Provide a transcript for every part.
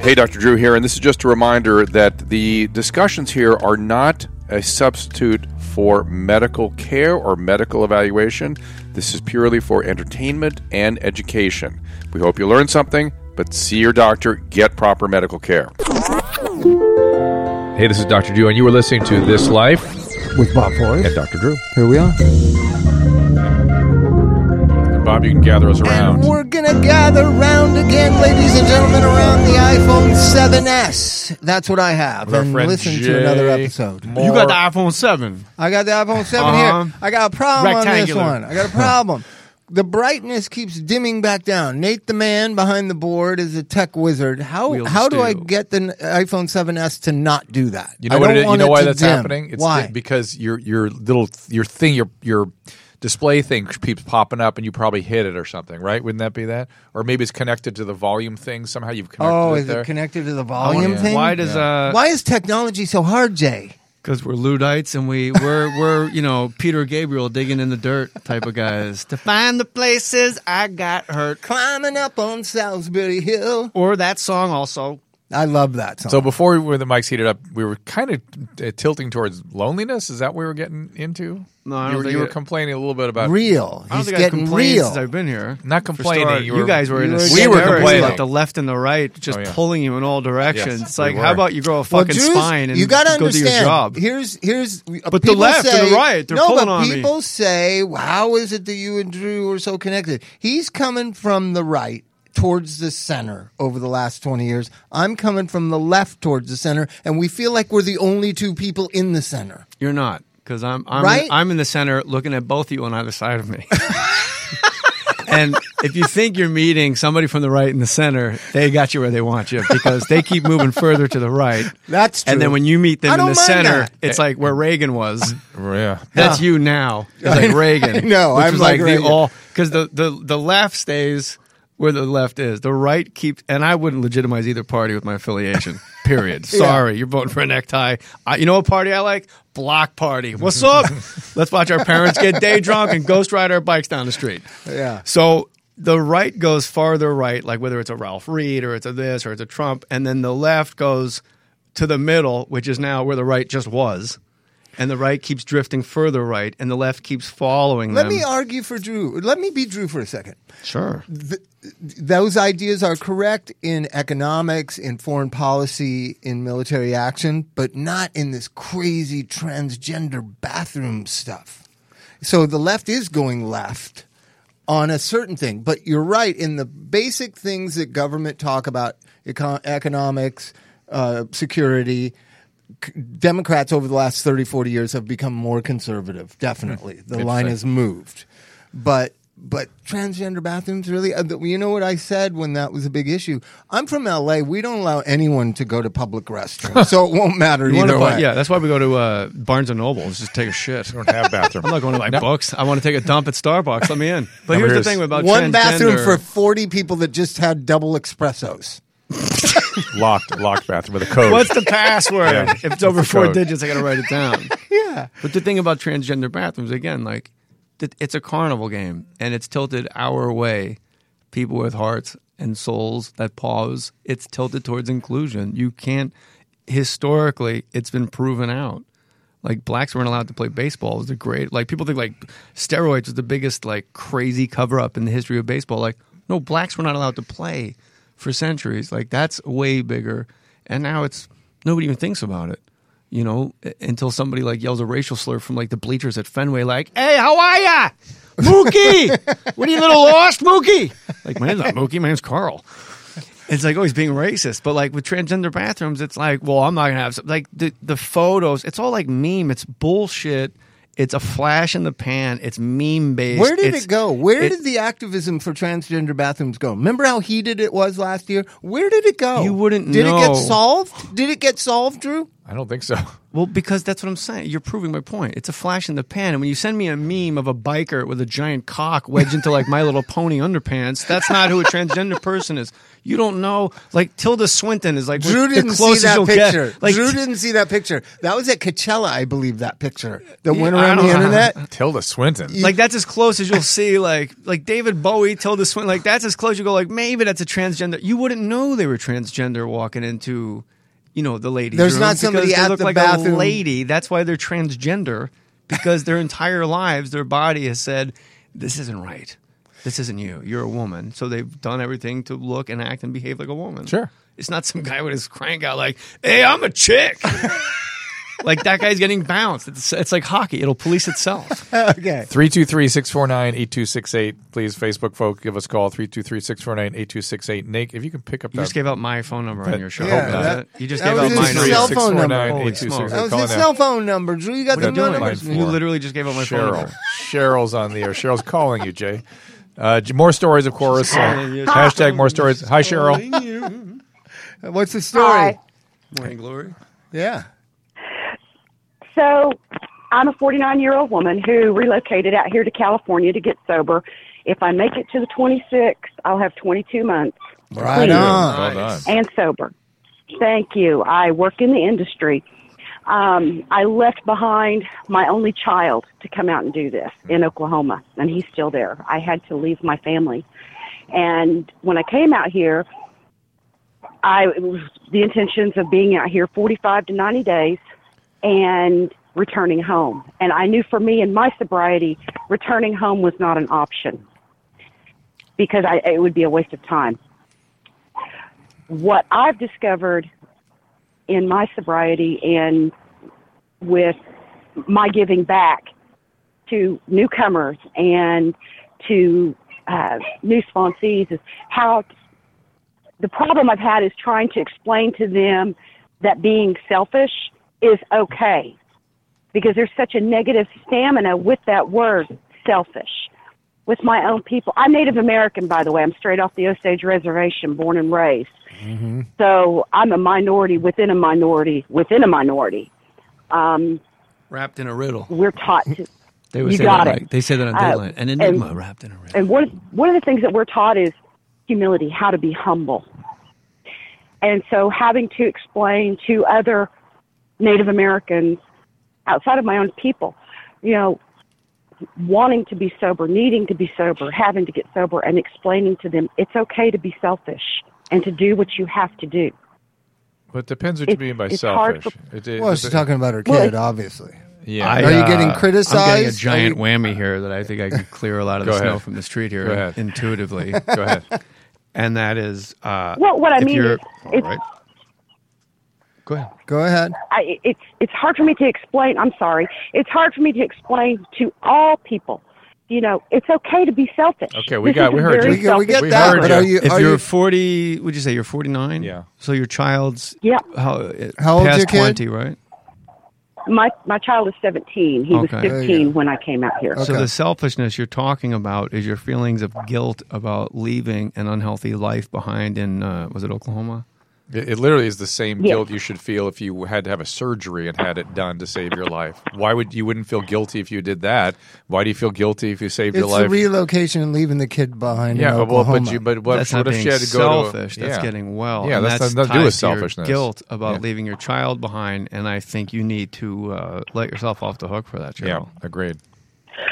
Hey, Dr. Drew here, and this is just a reminder that the discussions here are not a substitute for medical care or medical evaluation. This is purely for entertainment and education. We hope you learned something, but see your doctor, get proper medical care. Hey, this is Dr. Drew, and you were listening to This Life with Bob Forrest. and Dr. Drew. Here we are. Bob, you can gather us around. And we're going to gather round again, ladies and gentlemen, around the iPhone 7S. That's what I have. our and friend listen Jay to another episode. You got the iPhone 7. I got the iPhone 7 Uh-huh. here. I got a problem on this Rectangular. one. I got a problem. the brightness keeps dimming back down. Nate, the man behind the board, is a tech wizard. How Wheels of how do I steel. get the n- iPhone 7S to not do that? You know I what? don't It is? You want know it why to that's dim. happening? It's why? th- because your your little your thing your your display thing keeps popping up, and you probably hit it or something, right? Wouldn't that be that? Or maybe it's connected to the volume thing somehow. You've connected oh, it is there. it connected to the I volume wonder thing? Why does uh why is technology so hard, Jay? Because we're Luddites and we, we're, we're, you know, Peter Gabriel digging in the dirt type of guys to find the places I got hurt. Climbing up on Salisbury Hill. Or that song also. I love that song. so before we, the mics heated up, we were kind of uh, tilting towards loneliness. Is that what we were getting into? No, I you don't were, think you were it- complaining a little bit about real. I don't He's think I getting complained real. since I've been here. not For complaining. starters, you, guys were in a were we we were getting complaining complaining. about the left and the right, just Oh, yeah. pulling you in all directions. Yes, it's we like, were. how about you grow a Well, fucking Jews, spine and you got to go understand. do your job? Here's here's. But the people left and the say- right, they're no, pulling but on me. people say, "How is it that you and Drew are so connected?" He's coming from the right towards the center over the last twenty years. I'm coming from the left towards the center, and we feel like we're the only two people in the center. You're not, because I'm I'm, Right? I'm in the center looking at both of you on either side of me. and if you think you're meeting somebody from the right in the center, they got you where they want you because they keep moving further to the right. That's true. And then when you meet I them in don't the mind center, that. it's like where Reagan was. Yeah. That's you now. It's like Reagan. know, which I'm was like like, Reagan. the all because the, the the left stays where the left is. The right keeps, and I wouldn't legitimize either party with my affiliation. Period. Sorry, you're voting for a necktie. I, you know what party I like? Block party. What's up? Let's watch our parents get day drunk and ghost ride our bikes down the street. Yeah. So the right goes farther right, like whether it's a Ralph Reed or it's a this or it's a Trump, and then the left goes to the middle, which is now where the right just was, and the right keeps drifting further right, and the left keeps following Let them. me argue for Drew. Let me be Drew for a second. sure. those ideas are correct in economics, in foreign policy, in military action, but not in this crazy transgender bathroom stuff. So the left is going left on a certain thing, but you're right in the basic things that government talk about econ- economics, uh, security. c- Democrats over the last 30, 40 years have become more conservative. Definitely, the line has moved, but but transgender bathrooms really. uh, th- You know what I said when that was a big issue. I'm from LA. We don't allow anyone to go to public restrooms, so it won't matter You wanna either buy- way. yeah, that's why we go to uh, Barnes and Noble. Let's just take a shit. don't have bathroom. I'm not going to like books. I want to take a dump at Starbucks. Let me in. But Number here's the is- thing about One bathroom transgender- for 40 people that just had double espressos. locked, locked bathroom with a code. What's the password? Yeah. If it's over What's the four code? digits, I got to write it down. Yeah. But the thing about transgender bathrooms, again, like th- it's a carnival game and it's tilted our way. People with hearts and souls that pause, it's tilted towards inclusion. You can't, historically, it's been proven out. Like blacks weren't allowed to play baseball was the great like people think like steroids was the biggest like crazy cover up in the history of baseball. Like no blacks were not allowed to play for centuries. Like that's way bigger, and now it's nobody even thinks about it. You know, u- until somebody like yells a racial slur from like the bleachers at Fenway, like, "Hey, how are ya, Mookie? what are you, little lost, Mookie?" Like, my name's not Mookie. My name's Carl. It's like always being racist, but like with transgender bathrooms, it's like, well, I'm not gonna have some, like the the photos. It's all like meme. It's bullshit. It's a flash in the pan. It's meme based. Where did it go? Where did the activism for transgender bathrooms go? Remember how heated it was last year? Where did it go? You wouldn't Did it know. get solved? Did it get solved, Drew? I don't think so. Well, because that's what I'm saying. You're proving my point. It's a flash in the pan. And when you send me a meme of a biker with a giant cock wedged into like My Little Pony underpants, that's not who a transgender person is. You don't know. Like Tilda Swinton is like Drew the didn't see closest that you'll get. picture. Like Drew didn't see that picture. That was at Coachella, I believe. That picture that Yeah, went I around don't the know. internet. Tilda Swinton. Like that's as close as you'll see. Like like David Bowie, Tilda Swinton. Like that's as close you go. Like maybe that's a transgender. You wouldn't know they were transgender walking into, you know, the ladies. There's room not somebody because they at look the like bathroom. A lady. That's why they're transgender because their entire lives, their body has said, "This isn't right. This isn't you. You're a woman." So they've done everything to look and act and behave like a woman. Sure. It's not some guy with his crank out like, "Hey, I'm a chick." like that guy's getting bounced. It's, it's like hockey. It'll police itself. Okay. 323-649-8268. Please, Facebook folk, give us a call. 323-649-8268. Nate, if you can pick up You that. just gave out my phone number on your show. Yeah, That was that- it? you just that was gave out his my number. cell phone number. That was Call his now. cell phone number. Drew, you got What are the you doing? numbers. Mine. You literally just gave out my phone Cheryl. number. Cheryl's on the air. Cheryl's calling you, Jay. Uh, j- more stories, of course. Uh, calling you. hashtag more stories. Hi, Cheryl. What's the story? Hi. Morning glory. Yeah. So I'm a 49 year old woman who relocated out here to California to get sober. If I make it to the 26th, I'll have 22 months Right Yeah. on. Well done. Nice. and sober. Thank you. I work in the industry. Um, I left behind my only child to come out and do this in Oklahoma, and he's still there. I had to leave my family. And when I came out here, I it was the intentions of being out here 45 to 90 days and returning home. And I knew for me in my sobriety, returning home was not an option because I, it would be a waste of time what I've discovered in my sobriety and with my giving back to newcomers and to uh, new sponsees is how the problem I've had is trying to explain to them that being selfish is okay because there's such a negative stamina with that word selfish with my own people. I'm Native American, by the way. I'm straight off the Osage Reservation, born and raised. So I'm a minority within a minority within a minority. Um, Wrapped in a riddle. We're taught to. They would You say got that, it. like- they say that on Uh, Dateline. An and- enigma wrapped in a riddle. and one one of the things that we're taught is humility, how to be humble. And so having to explain to other Native Americans outside of my own people, you know, wanting to be sober, needing to be sober, having to get sober and explaining to them it's okay to be selfish and to do what you have to do. Well, it depends what you It's- mean by it's hard selfish. It- it- Well, she's talking about her Well, kid, it's- obviously. yeah. I, Are you getting I'm getting a criticized? giant Are whammy here that I think I can clear a lot of the Go ahead. snow from the street here Go ahead. intuitively. Go ahead. and that is uh, Well, what I if mean you're- is all it's right. Go ahead. Go ahead. I, it's it's hard for me to explain. I'm sorry. It's hard for me to explain to all people. You know, it's okay to be selfish. Okay, we This got- is we a heard very you. We get, selfish We we get that. heard But you. are you? if are you're you- 40, would you say you're 49? Yeah. So your child's Yeah. how, uh, How old's past your kid? 20, right? My my child is 17. He Okay. was There you 15 when I came out here. So Okay. the selfishness you're talking about is your feelings of guilt about leaving an unhealthy life behind in uh, was it Oklahoma? It, it literally is the same Yeah. guilt you should feel if you had to have a surgery and had it done to save your life. Why would you wouldn't feel guilty if you did that? Why do you feel guilty if you saved your it's the life? relocation and leaving the kid behind. yeah, in but, well, Oklahoma. but you but what, that's what not if being she had to go selfish. to a- that's yeah. getting well. Yeah, and that's, that's nothing to do tied with to your selfishness. guilt about Yeah. leaving your child behind, and I think you need to uh, let yourself off the hook for that, Yeah, Cheryl. agreed.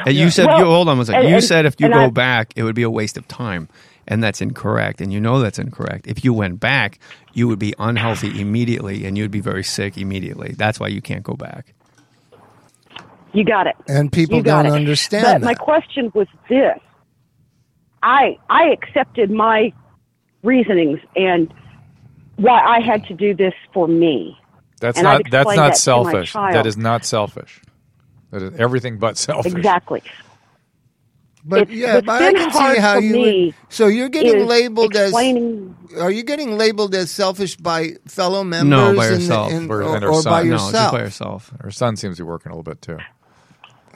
And you said Well, you hold on one second. and- You and- said if you and go I- back, it would be a waste of time, and that's incorrect. And you know that's incorrect. If you went back, you would be unhealthy immediately, and you'd be very sick immediately. That's why you can't go back. You got it. And people You got don't it. understand But my that. question was this: I I accepted my reasonings and why I had to do this for me. That's And I've not that's explained that not to my selfish. child. That is not selfish. That is everything but selfish. Exactly. But It's- yeah, what's but I been can hard see how for you. me Would, so you're getting is labeled as. explaining- Are you getting labeled as selfish by fellow members? No, by in the- yourself. in- Or- or, and or by ourselves. no, yourself. just by yourself. Her son seems to be working a little bit too.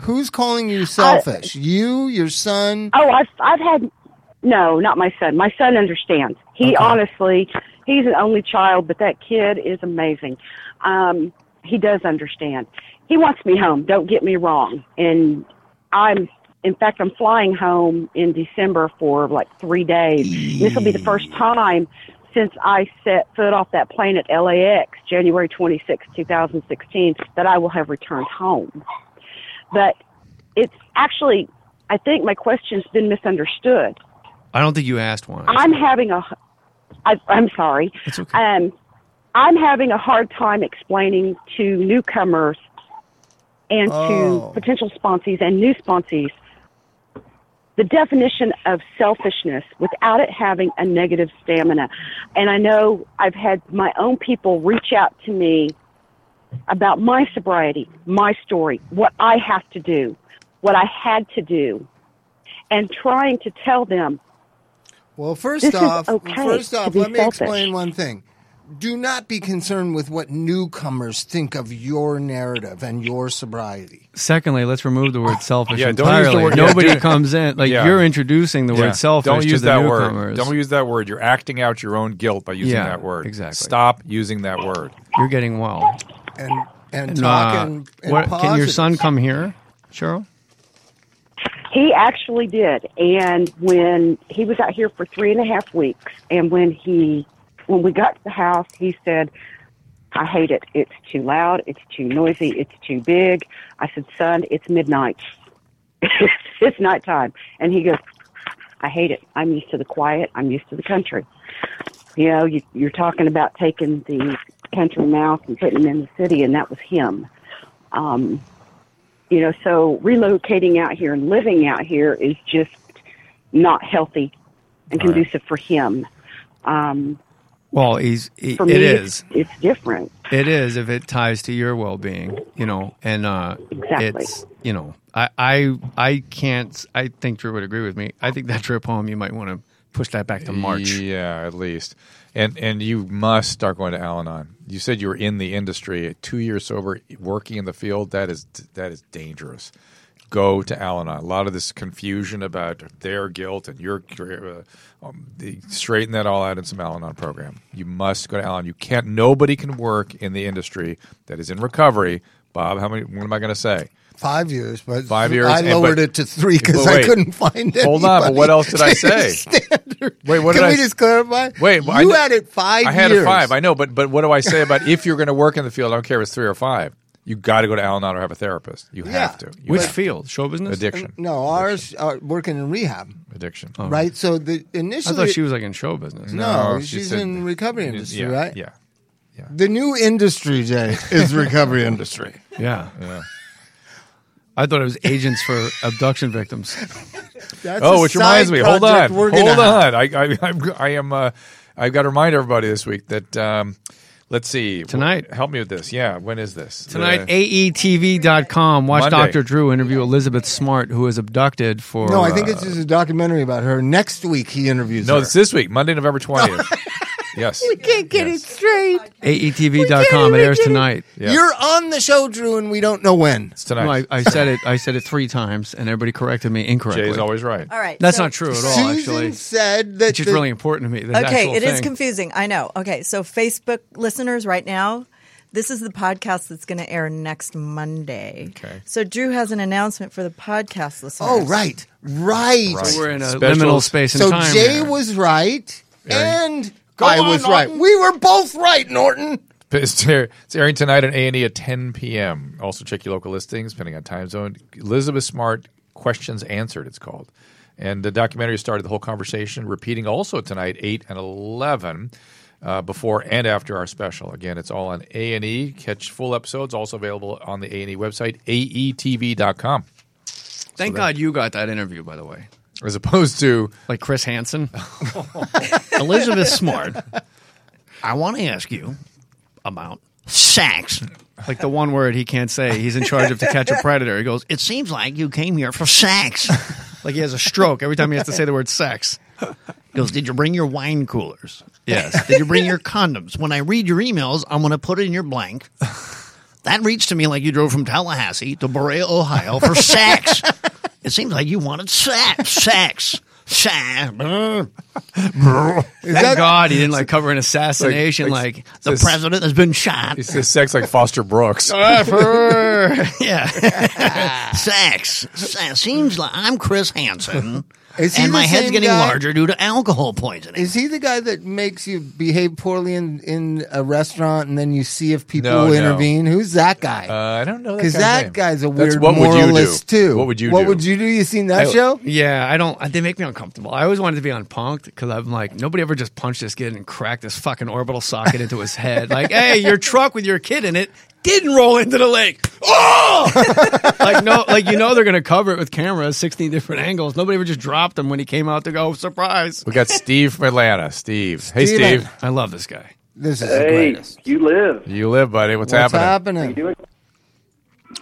Who's calling you selfish? you, your son. Oh, I've I've had no, not my son. My son understands. He honestly, he's an only child, but that kid is amazing. Um, he does understand. He wants me home. Don't get me wrong. And I'm, in fact, I'm flying home in December for like three days. And This will be the first time since I set foot off that plane at LAX, January 26, 2016, that I will have returned home but it's actually I think my question's been misunderstood. I don't think you asked one. I'm having a I, I'm sorry. It's okay. Um, I'm having a hard time explaining to newcomers and Oh. to potential sponsees and new sponsees the definition of selfishness without it having a negative stamina. And I know I've had my own people reach out to me about my sobriety, my story, what I have to do, what I had to do, and trying to tell them Well, first This is off, okay first to off, be let me selfish. explain one thing. Do not be concerned with what newcomers think of your narrative and your sobriety. Secondly, let's remove the word selfish Yeah, don't use the entirely. word- yeah, Nobody do- comes in like Yeah. you're introducing the Yeah. word selfish Don't use to the that newcomers. word. Don't use that word. You're acting out your own guilt by using Yeah, that word. exactly. Stop using that word. you're getting well. And and Uh, talk and, and what- can your positive. son come here, Cheryl? He actually did, and when he was out here for three and a half weeks, and when he, when we got to the house, he said, "I hate it. It's too loud. It's too noisy. It's too big." I said, "Son, it's midnight. it's nighttime," and he goes, "I hate it. I'm used to the quiet. I'm used to the country. You know, you, you're talking about taking the country mouse and putting him in the city, and that was him." Um, you know so relocating out here and living out here is just not healthy and Right. conducive for him um, Well, he's he, for me it is. It's, it's different It is if it ties to your well being, you know, and uh, Exactly. it's you know, I I I can't. I think Drew would agree with me. I think that trip home, you might want to push that back to March. Yeah, at least. And and you must start going to Al-Anon. You said you were in the industry, two years sober, working in the field. That is that is dangerous. Go to Al-Anon. A lot of this confusion about their guilt and your uh, um, the- straighten that all out in some Al-Anon program. You must go to Al-Anon. You can't. Nobody can work in the industry that is in recovery. Bob, how many? What am I going to say? five years, but Five years, I and- lowered but- it to three but because I wait. couldn't find it. Hold on, but what else did I say? Wait, what did Can I we s- just clarify? Wait, well, I you kn- had it five. I had years. a five. I know, but but what do I say about if you're going to work in the field? I don't care if it's three or five. You got to go to Al-Anon or have a therapist. You Yeah. have to. You Which have to. field? Show business. addiction? Uh, no, ours are working in rehab, addiction. right? So the I initially, thought Oh. she was like in show business. no, No, she she's said- in recovery industry, yeah, right? Yeah, The new industry, Jay, is recovery industry. Yeah. yeah. I thought it was agents for abduction victims. That's Oh, a which reminds side me. Hold on. project we're Hold gonna on. have. I I I'm, I am. Uh, I've got to remind everybody this week that. Um, Let's see. Tonight. Help me with this. Yeah. When is this? Tonight, E Uh, AETV.com. Watch Monday. Dr. Drew interview Elizabeth Smart, who was abducted for. No, I think it's uh, just a documentary about her. Next week he interviews no, her. it's this week, Monday, November 20th. yes. We can't get it straight. E AETV.com. It airs tonight. Yeah. You're on the show, Drew, and we don't know when. It's No, I, tonight. I said it. I said it three times, and everybody corrected me incorrectly. Jay's always right. All right. That's so- not true at all. Susan Actually, said that which is the- really important to me. this Okay, actual it is thing. confusing. I know. Okay, so Facebook listeners, right now, this is the podcast that's going to air next Monday. Okay. So Drew has an announcement for the podcast listeners. Oh, right, right. Right. We're in a Special- liminal space and So time. Jay here. was right, and Go I on, was right. Norton. We were both right, Norton. It's, air- it's airing tonight on A and E at 10 p.m. Also check your local listings, depending on time zone. Elizabeth Smart questions answered. It's called, and the documentary started the whole conversation. Repeating also tonight, eight and eleven, uh, before and after our special. Again, it's all on A and E. Catch full episodes also available on the A and E website, aetv.com. Thank God you got that interview. By the way, as opposed to like Chris Hansen. Elizabeth Smart, I want to ask you about sex. Like the one word he can't say. He's in charge of to catch a predator. He goes, It seems like you came here for sex. Like he has a stroke every time he has to say the word sex. He goes, Did you bring your wine coolers? Yes. Did you bring your condoms? When I read your emails, I'm going to put in your blank. That reads to me like you drove from Tallahassee to Berea, Ohio for sex. It seems like you wanted sex, sex, sex. Brr. Thank God he didn't like cover an assassination. like- Like, The This- president has been shot. it's just sex like Foster Brooks. yeah, sex. sex. Seems like I'm Chris Hansen, Is he and the my head's same getting guy? larger due to alcohol poisoning. Is he the guy that makes you behave poorly in, in a restaurant and then you see if people No, will no. intervene? Who's that guy? Uh, I don't know that Because guy's that name. guy's a That's weird what would you do? moralist too. What would you What do? would you do? You seen that I- show? yeah, I don't. They make me uncomfortable. I always wanted to be on Punked because I'm like, nobody ever just punched this kid and cracked this fucking orbital socket into his head. Like, hey, your truck with your kid in it didn't roll into the lake. Oh, like no, like you know they're gonna cover it with cameras, sixteen different angles. Nobody ever just dropped him when he came out to go surprise. We got Steve from Atlanta. Steve. Hey, Steve. Steve. I love this guy. This is the Hey, greatest. you live. You live, buddy. What's, What's happening? happening? You doing?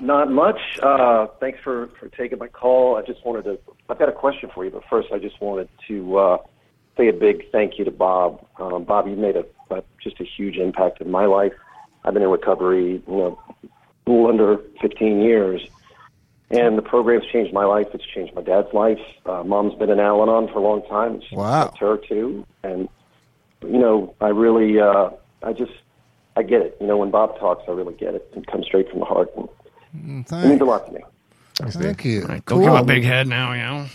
Not much. Uh, thanks for, for taking my call. I just wanted to. I've got a question for you, but first, I just wanted to uh, say a big thank you to Bob. Um, Bob, you made a, a just a huge impact in my life. I've been in recovery, you know, a little under 15 years, and the program's changed my life. It's changed my dad's life. Uh, Mom's been in Al-Anon for a long time. It's Wow. helped her too, and you know, I really, uh, I just, I get it. You know, when Bob talks, I really get it. It comes straight from the heart. And it means a lot to me. Mm, Thank you. Don't give him a big head now, you know.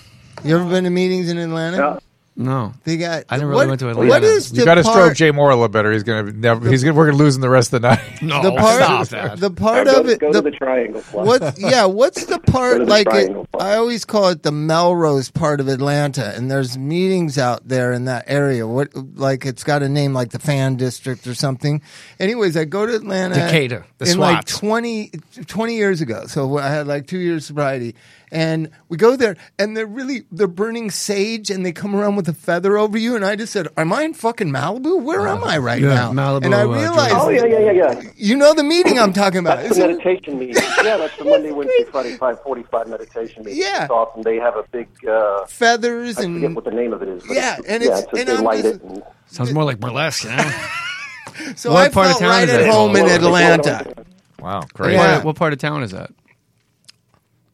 You ever been to meetings in Atlanta? No, They got. I never what, really went to Atlanta. What is the You got to part, stroke Jay Moore a little better. He's gonna never. He's gonna. We're gonna lose in the rest of the night. No, The part, stop that. The part go of it. go the, to the triangle. Club. What? Yeah. What's the Go part to the like? It, triangle part. I always call it the Melrose part of Atlanta, and there's meetings out there in that area. What? Like it's got a name like the Fan District or something. Anyways, I go to Atlanta, Decatur, the in like SWATs. 20, 20 years ago. So I had like two years sobriety, and we go there, and they're really they're burning sage, and they come around with a feather over you, and I just said, "Am I in fucking Malibu? Where am I right Uh-huh. yeah, now?" Malibu, and I uh, Georgia. realized, Oh yeah, yeah, yeah, yeah. you know, the meeting I'm talking about. That's the Isn't- meditation meeting. Yeah, that's the Monday, Wednesday, Friday, five forty-five meditation meeting. Yeah. it's awesome. They have a big. Uh, feathers I forget and what the name of it is. But Yeah, it's, and yeah, it's- just and they I'm light just- it. And, Sounds more like burlesque, you know. So What I part of felt town right is at that? home in Well, Atlanta. Wow, What crazy. part- Yeah. what part of town is that?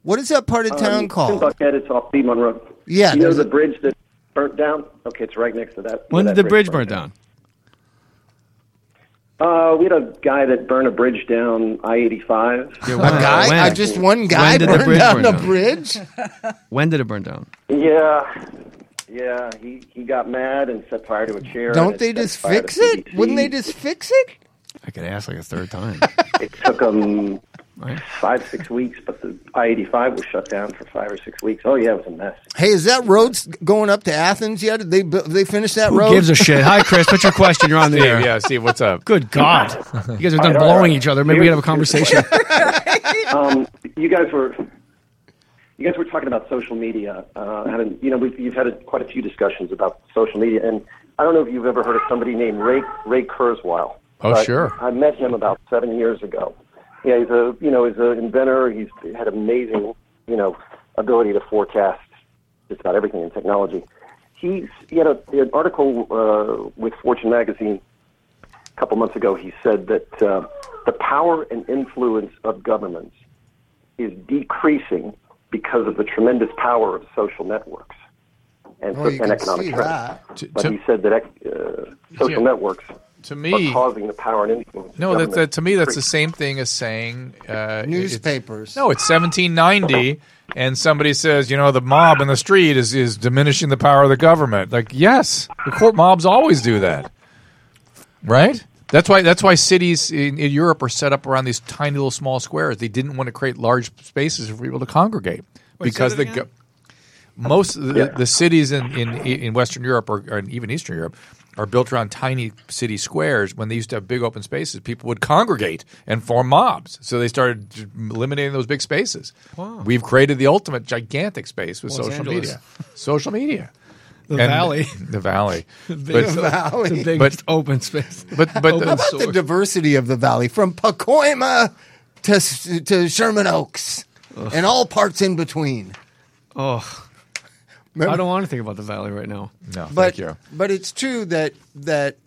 What is that part of town um, called? Buckhead, it's off Piedmont Road. Yeah, you know there's the a- bridge that burnt down. Okay, it's right next to that. When where did that the bridge burn down? Uh, we had a guy that burned a bridge down I eighty five. Yeah, A when- uh, guy? when? I just one guy When did the burned bridge down burn the down? bridge. When did it burn down? Yeah, yeah. He he got mad and set fire to a chair. Don't and they set just fire to fix it? PVC. Wouldn't they just fix it? I could ask like a third time. It took them Right. five six weeks, but the I eighty five was shut down for five or six weeks. Oh yeah, it was a mess. Hey, is that road s- going up to Athens yet? Did they bu- they finish that Who road? gives a shit? Hi, Chris. What's your question? You're on the air. Steve, yeah, Steve. What's up? Good God. You guys are done right, all right. blowing each other. Maybe we can have a conversation. Um, you guys were. You guys were talking about social media. Uh, had a, you know, we've, you've had a, quite a few discussions about social media, and I don't know if you've ever heard of somebody named Ray Ray Kurzweil. Oh, but sure. I met him about seven years ago. Yeah, he's a you know he's an inventor. He's had amazing you know ability to forecast just about everything in technology. He's, he had a, an article uh, with Fortune magazine a couple months ago. He said that uh, the power and influence of governments is decreasing because of the tremendous power of social networks and, Well, so, you and can economic see trends. that. To- But to- he said that ec- uh, social Yeah. networks To me, are causing the power and influence. of no. That, government that to me, that's to the same thing as saying uh, it- it's- Newspapers. No, it's 1790, and somebody says, you know, the mob in the street is, is diminishing the power of the government. Like, yes, the court mobs always do that, right? That's why that's why cities in, in Europe are set up around these tiny little small squares. They didn't want to create large spaces for people to congregate because the go- most of the, the cities in, in in Western Europe or, or even Eastern Europe are built around tiny city squares, when they used to have big open spaces, people would congregate and form mobs. So they started j- eliminating those big spaces. We've created the ultimate gigantic space with Los social Angeles. media. Social media. The And- valley. The valley. big- But- The big But- open space. but but Open the- How about the diversity of the valley from Pacoima to S- to Sherman Oaks and all parts in between. Oh, Remember- I don't want to think about the valley right now. no, but thank you. but it's true that that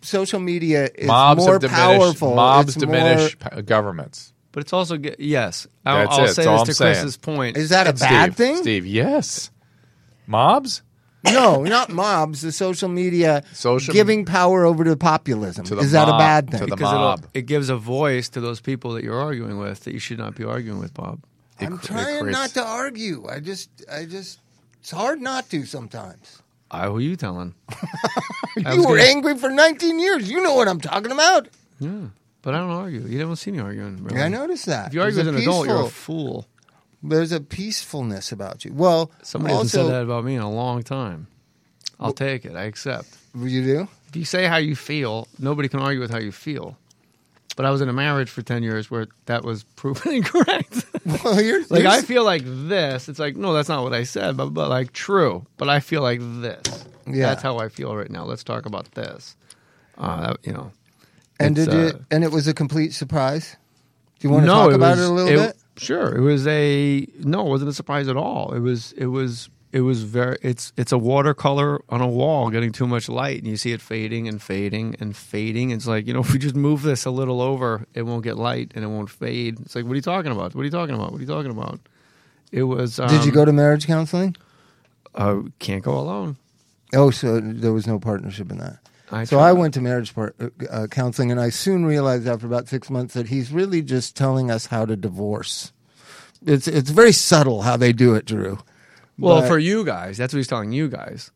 social media is Mobs more have diminished. powerful. Mobs It's diminish more- p- governments. But it's also ge- yes. I'll, That's I'll it. say That's all I'm this to saying. Chris's point. is that a bad Steve, thing? Steve, yes. Mobs? No, not mobs. The social media Social- giving power over to populism. To the is that a mob, bad to thing? the because it'll- mob. it gives a voice to those people that you're arguing with that you should not be arguing with, Bob. It I'm cr- it trying creates- not to argue. I just I just it's hard not to sometimes. I who you telling? I You was were gonna- angry for 19 years. You know what I'm talking about. Yeah, but I don't argue. You don't see me arguing. Really. Yeah, I noticed that. If you argue There's with a an adult, you're a peaceful- fool. there's a peacefulness about you. Well, Somebody also, hasn't said that about me in a long time. I'll take it. I accept. You do? If you say how you feel, nobody can argue with how you feel. But I was in a marriage for ten years where that was proven incorrect. Well, you're, like you're I feel like this. It's like no, that's not what I said. But but like true. But I feel like this. Yeah. that's how I feel right now. Let's talk about this. Uh, you know. And It's, did it? uh, And it was a complete surprise. Do you want to talk about it a little bit? Sure, it was a no. It wasn't a surprise at all. It was it was it was very. It's it's a watercolor on a wall getting too much light, and you see it fading and fading and fading. It's like you know if we just move this a little over, it won't get light and it won't fade. It's like what are you talking about? What are you talking about? What are you talking about? It was. Um, Did you go to marriage counseling? Uh, can't go alone. Oh, so there was no partnership in that. I so tried. I went to marriage part, uh, counseling, and I soon realized after about six months that he's really just telling us how to divorce. It's it's very subtle how they do it, Drew. Well, But- for you guys, that's what he's telling you guys,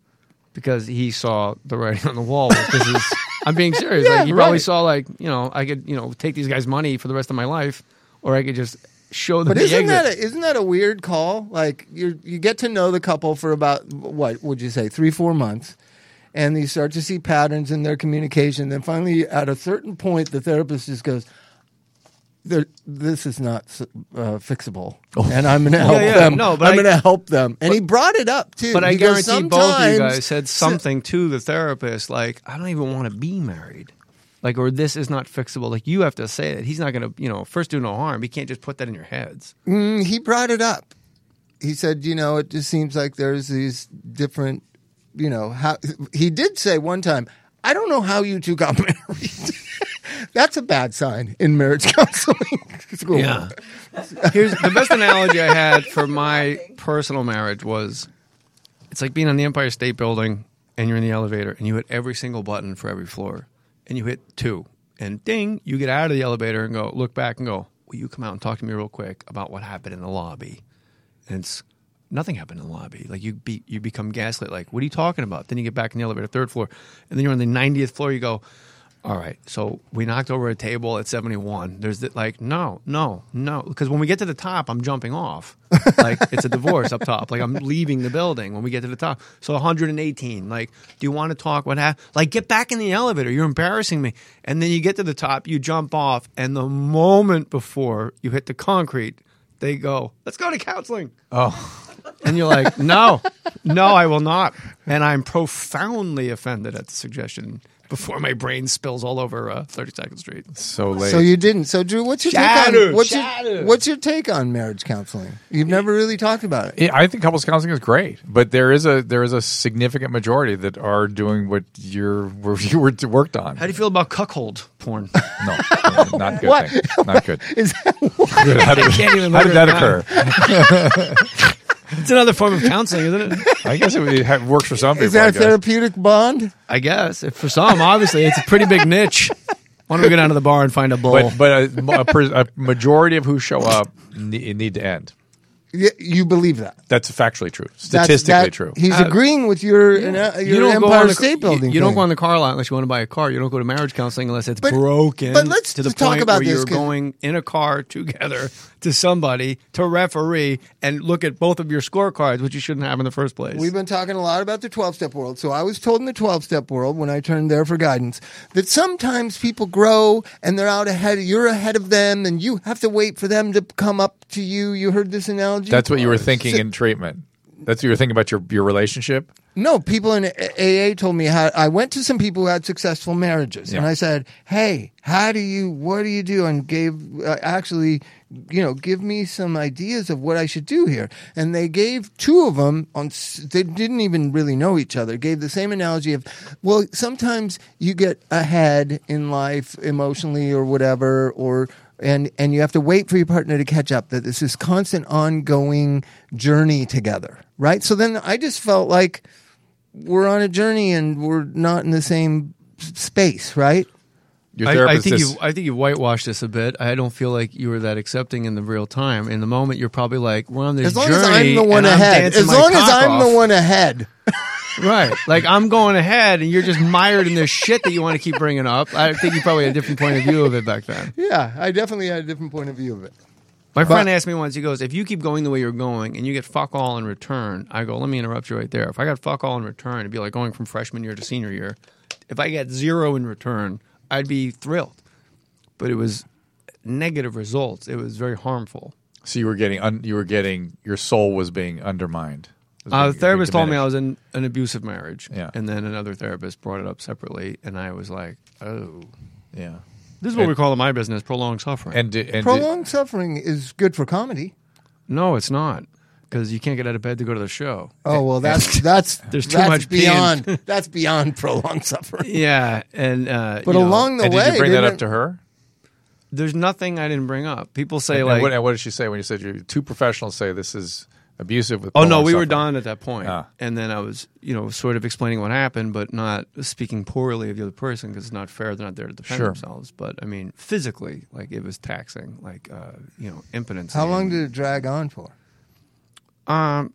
because he saw the writing on the wall. This is, I'm being serious. like he probably right. saw, like you know, I could you know take these guys' money for the rest of my life, or I could just show them. But the isn't that exit. a, isn't that a weird call? Like you you get to know the couple for about what would you say three four months, and you start to see patterns in their communication. Then finally, at a certain point, the therapist just goes, "There- "This is not uh, fixable," and I'm going to help Oh. yeah. them. No, but I'm I- going to help them. And he brought it up too. But I He goes, guarantee both of you guys "Sometimes- said something to the therapist, like I don't even want to be married, like or this is not fixable. Like you have to say it. He's not going to you know first do no harm. He can't just put that in your heads. Mm, he brought it up. He said, you know, it just seems like there's these different, you know, how he did say one time, I don't know how you two got married. That's a bad sign in marriage counseling school. Yeah. Here's the best analogy I had for my personal marriage was it's like being on the Empire State Building and you're in the elevator and you hit every single button for every floor and you hit two and ding, you get out of the elevator and go look back and go, Will you come out and talk to me real quick about what happened in the lobby? And it's nothing happened in the lobby. Like you be, you become gaslit, like, what are you talking about? Then you get back in the elevator, third floor, and then you're on the ninetieth floor, you go, all right, so we knocked over a table at 71. There's the, like, no, no, no. Because when we get to the top, I'm jumping off. Like, it's a divorce up top. Like, I'm leaving the building when we get to the top. So 118. Like, do you want to talk? What happened? Like, get back in the elevator. You're embarrassing me. And then you get to the top, you jump off. And the moment before you hit the concrete, they go, let's go to counseling. Oh. And you're like, no, no, I will not. And I'm profoundly offended at the suggestion before my brain spills all over uh, 32nd Street. So late. So you didn't. So Drew, what's your take Shattered, on what's your, shattered. what's your take on marriage counseling? You've never really talked about it. Yeah, I think couples counseling is great, but there is a there is a significant majority that are doing what you're where you were worked on. How do you feel about cuckold porn? no, not good. Thing. Not good. Is that How did, even how did that learn occur? it's another form of counseling, isn't it? I guess it, would- it works for some people. is that I a guess. therapeutic bond? I guess. If for some, obviously, it's a pretty big niche. Why don't we go down to the bar and find a bowl? But but a, a, pres- a majority of who show up ne- need to end. Y- You believe that? That's factually true, That's- statistically that- true. He's Uh, agreeing with your uh, your Empire State you- Building. You, don't thing. go on the car lot unless you want to buy a car. You don't go to marriage counseling unless it's But- broken. but let's to the just talk point about where this, you're 'cause- going in a car together to somebody to referee and look at both of your scorecards, which you shouldn't have in the first place. We've been talking a lot about the 12 step world. So I was told in the 12 step world when I turned there for guidance that sometimes people grow and they're out ahead, you're ahead of them, and you have to wait for them to come up to you. You heard this analogy? That's what you were thinking in treatment. That's what you were thinking about your, your relationship. No, people in AA told me how I went to some people who had successful marriages, and Yeah. I said, "Hey, how do you? What do you do?" And gave uh, actually, you know, give me some ideas of what I should do here. And they gave two of them on. s- They didn't even really know each other. Gave the same analogy of, well, sometimes you get ahead in life emotionally or whatever, or and and you have to wait for your partner to catch up. That it's this constant, ongoing journey together, right? So then I just felt like we're on a journey and we're not in the same s- space, right? Your I, I therapist think is- you I think you whitewashed this a bit. I don't feel like you were that accepting in the real time. In the moment, you're probably like, "We're on this As long journey." as I'm the one and I'm ahead. dancing As my long as cock I'm off. the one ahead. right? Like I'm going ahead, and you're just mired in this shit that you want to keep bringing up. I think you probably had a different point of view of it back then. Yeah, I definitely had a different point of view of it. My friend asked me once, he goes, if you keep going the way you're going and you get fuck all in return, I go, let me interrupt you right there. If I got fuck all in return, it'd be like going from freshman year to senior year. If I got zero in return, I'd be thrilled. But it was negative results. It was very harmful. so you were getting un, you were getting your soul was being undermined. Was Uh, being- the therapist told me I diminished. was in an abusive marriage. Yeah. And then another therapist brought it up separately. And I was like, oh. yeah. This is what we call in my business prolonged suffering. And di- and di- Prolonged suffering is good for comedy. no, it's not because you can't get out of bed to go to the show. Oh well, that's that's There's too that's much pee in. beyond that's beyond prolonged suffering. Yeah. And, uh, But you know- along the and way, did you bring that didn't up to her? there's nothing I didn't bring up. People say And like, what, and what did she say when you said you're two professionals say this is abusive with? "Oh no, prolonged we were suffering? done at that point." Ah. And then I was, you know, sort of explaining what happened, but not speaking poorly of the other person because it's not fair. They're not there to defend Sure. themselves. But I mean, physically, like it was taxing, like uh, you know, impotence. How long did it drag on for? um,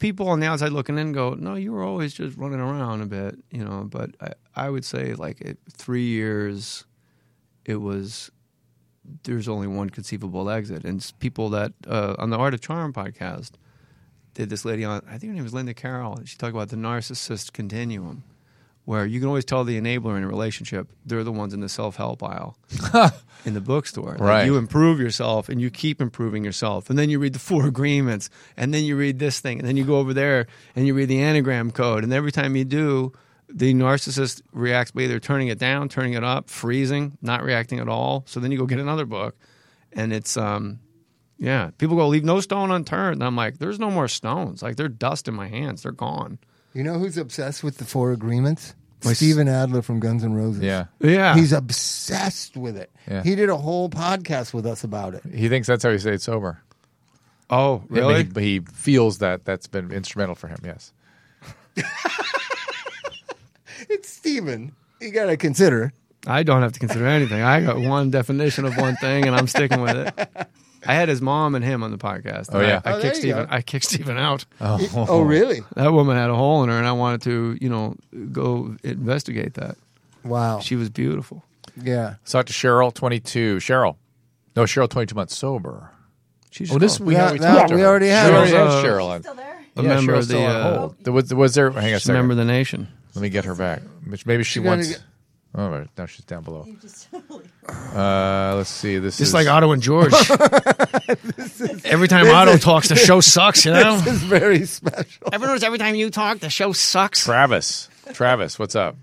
people on the outside looking in go, "No, you were always just running around a bit," you know. But I, I would say like it, three years, it was. There's only one conceivable exit, and s- people that uh, on the Art of Charm podcast did this lady on. I think her name was Linda Carroll, and she talked about the narcissist continuum, where you can always tell the enabler in a relationship they're the ones in the self help aisle in the bookstore. Like, Right. you improve yourself and you keep improving yourself. And then you read the four agreements and then you read this thing and then you go over there and you read the anagram code. And every time you do, the narcissist reacts by either turning it down, turning it up, freezing, not reacting at all. So then you go get another book and it's um yeah, people go leave no stone unturned. And I'm like, there's no more stones. Like they're dust in my hands. They're gone. You know who's obsessed with the Four Agreements? My s- Steven Adler from Guns N' Roses. Yeah, Yeah. he's obsessed with it. Yeah. He did a whole podcast with us about it. he thinks that's how he stayed sober. oh, really? He, but he feels that that's been instrumental for him. Yes. It's Steven. You gotta consider. I don't have to consider anything. I got one definition of one thing, and I'm sticking with it. I had his mom and him on the podcast. and Oh, yeah. I, I Oh, there kicked you Steven. go. I kicked Steven out. Oh, really? That woman had a hole in her, and I wanted to, you know, go investigate that. Wow. She was beautiful. yeah. So out to Cheryl, 22. Cheryl, no, Cheryl, 22 months sober. She's Oh, this we, Yeah, already that- talked to we her. already had We her. already had Uh, Cheryl on. Still there? a Yeah, member Cheryl's of the still on uh, hold. There was, was there? Hang on a she's a member of second. the nation. Let me get her back. Which Maybe she gotta wants. get- All right, now she's down below. You just totally. Uh, let's see. This Just is like Otto and George. every time Otto talks, the show sucks. You know. This is very special. Everyone knows every time you talk, the show sucks. Travis. Travis, what's up?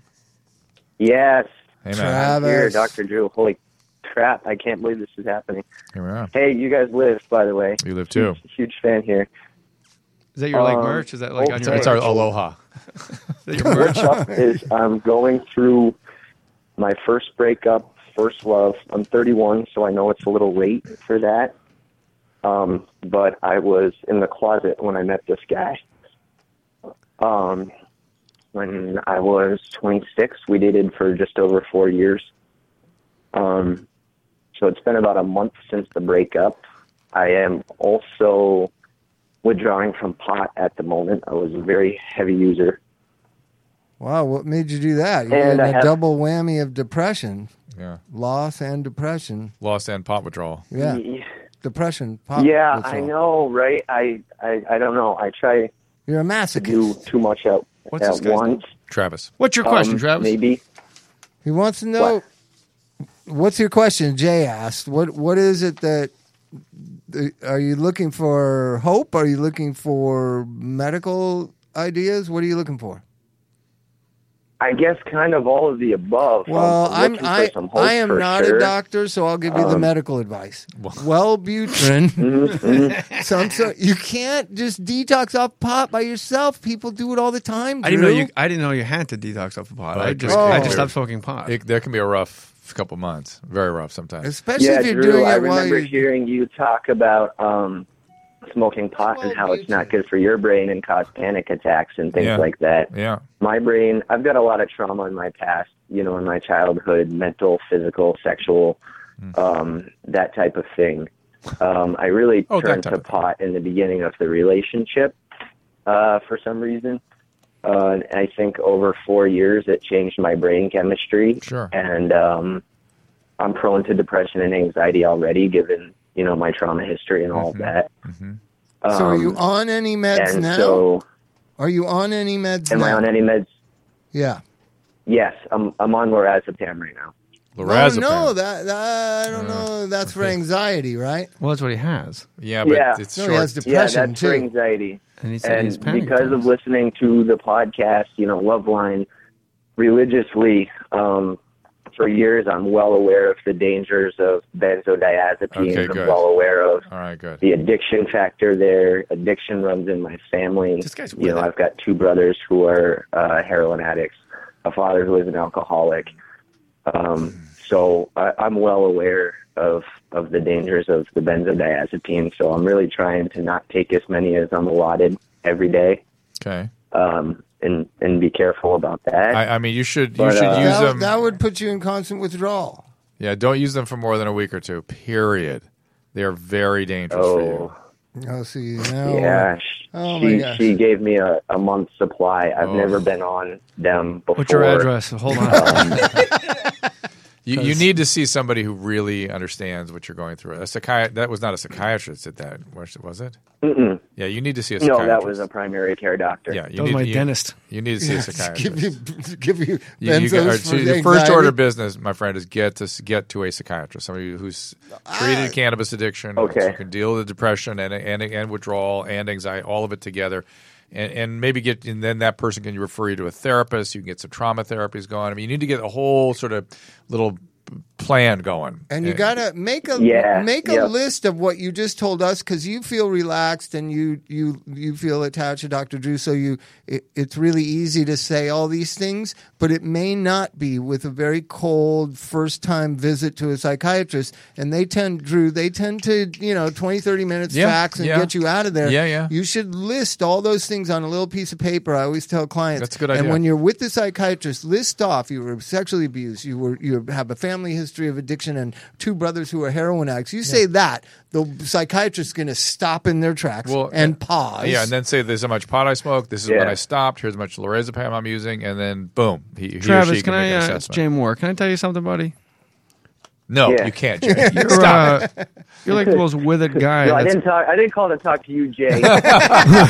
Yes. Hey man. Travis. Here, Dr. Drew. Holy crap. I can't believe this is happening. Here we are. Hey, you guys live, by the way. You live too. Huge fan here. Is that your like Uh, Um, merch? Is that like oh, on It's your? our, it's our aloha. is that your merch? up is I'm going through my first breakup, first love. I'm 31, so I know it's a little late for that. Um, but I was in the closet when I met this guy. Um, when I was 26, we dated for just over four years. Um, so it's been about a month since the breakup. I am also withdrawing from pot at the moment. I was a very heavy user. Wow, what made you do that? You And had I a have- double whammy of depression, Yeah. loss and depression. Lost and pot withdrawal. Yeah, Y- depression. Pop, yeah, that's I all. know, right? I, I I don't know. I try You're a to do masochist. too much at, What's this at guy's name? once. Travis. What's your question, Um, Travis? Maybe. He wants to know what's your question. Jay asked, "What what is it that the- are you looking for? Hope? Are you looking for medical ideas? What are you looking for?" I guess kind of all of the above. Well, I'm looking for I, some hope I am for not sure. Um, a doctor, so I'll give you the medical advice. Wellbutrin. Mm-hmm. some sort. You can't just detox off pot by yourself. People do it all the time. I didn't know Drew. you. I didn't know you had to detox off the pot. But I Oh, it just, can I be- just stopped smoking pot. It, that can be a rough couple months. Very rough sometimes. especially Yeah, if you're Drew, doing I it while remember you're. hearing you talk about um, smoking pot and how it's not good for your brain and cause panic attacks and things Yeah. like that. yeah. My brain, I've got a lot of trauma in my past, you know, in my childhood, mental, physical, sexual, Mm. um, that type of thing. Um, I really Oh, that turned type to of thing. pot in the beginning of the relationship uh, for some reason. Uh, and I think over four years, it changed my brain chemistry. Sure. And um, I'm prone to depression and anxiety already, given you know my trauma history and Mm-hmm. all of that. so are you Um, on any meds and now? so, are you on any meds am now? I on any meds? Yeah. Yes, I'm. I'm on lorazepam right now. Lorazepam. Oh no, that, that I don't Uh, know. That's for anxiety, right? well, that's what he has, Yeah, but Yeah. it's No, he short. has Yeah, depression that's for too. anxiety. and he said and he's panic because attacks. of listening to the podcast, you know, Loveline religiously um, for years, I'm well aware of the dangers of benzodiazepines. Okay, I'm good. well aware of All right, good. the addiction factor there. Addiction runs in my family. This guy's you know, with it. I've got two brothers who are uh, heroin addicts, a father who is an alcoholic. Um, so I, I'm well aware of of the dangers of the benzodiazepine. So I'm really trying to not take as many as I'm allotted every day, Okay. um, and and be careful about that. I, I mean, you should you But, should uh, use That, them. that would put you in constant withdrawal. yeah, don't use them for more than a week or two. Period. They are very dangerous for you. oh. Oh, so you know. Yeah, Oh, my she gosh. she gave me a, a month's supply. I've Oh. never been on them before. What's your address? Hold on. You, you need to see somebody who really understands what you're going through. A psychiat- that was not a psychiatrist at that was was it? Mm-mm. Yeah, you need to see a No, psychiatrist. that was a primary care doctor. yeah. You That was need, my you- dentist. You need to see a give psychiatrist. you give you You- you benzos got- or for so your first anxiety. order of business, my friend, is get to s- get to a psychiatrist, somebody who's treated cannabis addiction, who Okay. can deal with depression and, and and withdrawal and anxiety, all of it together, and and maybe get and then that person can refer you to a therapist. You can get some trauma therapies going. I mean, you need to get a whole sort of little plan going. Eh, And you gotta make a Yeah, make a yeah. list of what you just told us because you feel relaxed and you you you feel attached to Dr. Drew. So you it, it's really easy to say all these things, but it may not be with a very cold first time visit to a psychiatrist. And they tend Drew they tend to you know 20, 30 minutes Yeah, fax and yeah. get you out of there. Yeah, yeah. You should list all those things on a little piece of paper. I always tell clients That's a good And idea. when you're with the psychiatrist, list off you were sexually abused, you were you have a family history of addiction, and two brothers who are heroin addicts. You say that, the psychiatrist is going to stop in their tracks Well, and yeah. pause. Yeah, and then say there's how much pot I smoke. This is when Yeah. I stopped. Here's how much lorazepam I'm using, and then boom, he, he or Travis, she can make I? an Uh, it's assessment. Jay Moore. Can I tell you something, buddy? No, Yeah. you can't. Jay. You're, Uh, you're like the most withered guy. No, I that's- didn't talk. I didn't call to talk to you, Jay.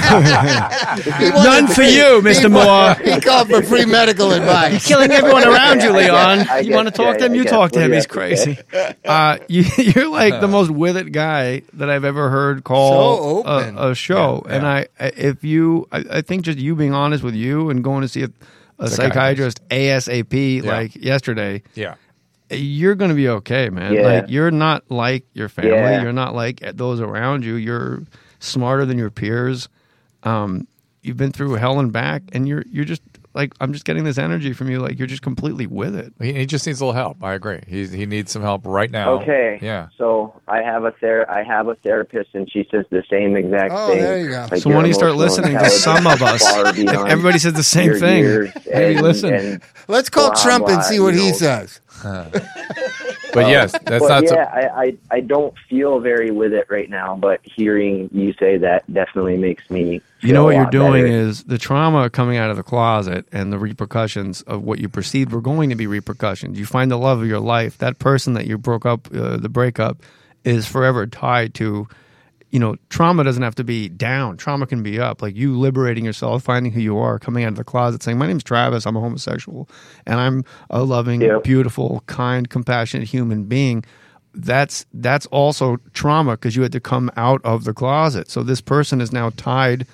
He wanted- None for you, Mr. Moore. He called for free medical advice. Killing everyone around you, I guess- Leon. I You guess- want to talk yeah, to him? I You guess. talk to What him. do you He's have to crazy. Uh, you, you're Uh-huh. like the most withered guy that I've ever heard call So a- open. A, show. Yeah, And I, I- if you, I, I think just you being honest with you and going to see a, a Psychiatrist. psychiatrist ASAP Yeah. like yesterday, yeah. you're going to be okay, man. Yeah. Like you're not like your family. Yeah. You're not like those around you. You're smarter than your peers. Um, you've been through hell and back, and you're you're just like I'm just getting this energy from you. Like you're just completely with it. He, he just needs a little help. I agree. He he needs some help right now. Okay. Yeah. So I have a ther- I have a therapist, and she says the same exact Oh, thing. there you go. Like, So why your don't you start emotional listening to intelligence some of us? is far If beyond everybody says the same your thing, years maybe and- listen. and Let's call blah, Trump blah, and see what you he know. says. But yes, that's Well, not. so- yeah, I, I I don't feel very with it right now, but hearing you say that definitely makes me. You know feel what a you're lot doing better. is the trauma coming out of the closet and the repercussions of what you perceived were going to be repercussions. You find the love of your life. That person that you broke up, uh, the breakup, is forever tied to. You know, trauma doesn't have to be down. Trauma can be up. Like you liberating yourself, finding who you are, coming out of the closet, saying, "My name's Travis. I'm a homosexual, and I'm a loving, Yeah. beautiful, kind, compassionate human being." that's that's also trauma because you had to come out of the closet. So this person is now tied,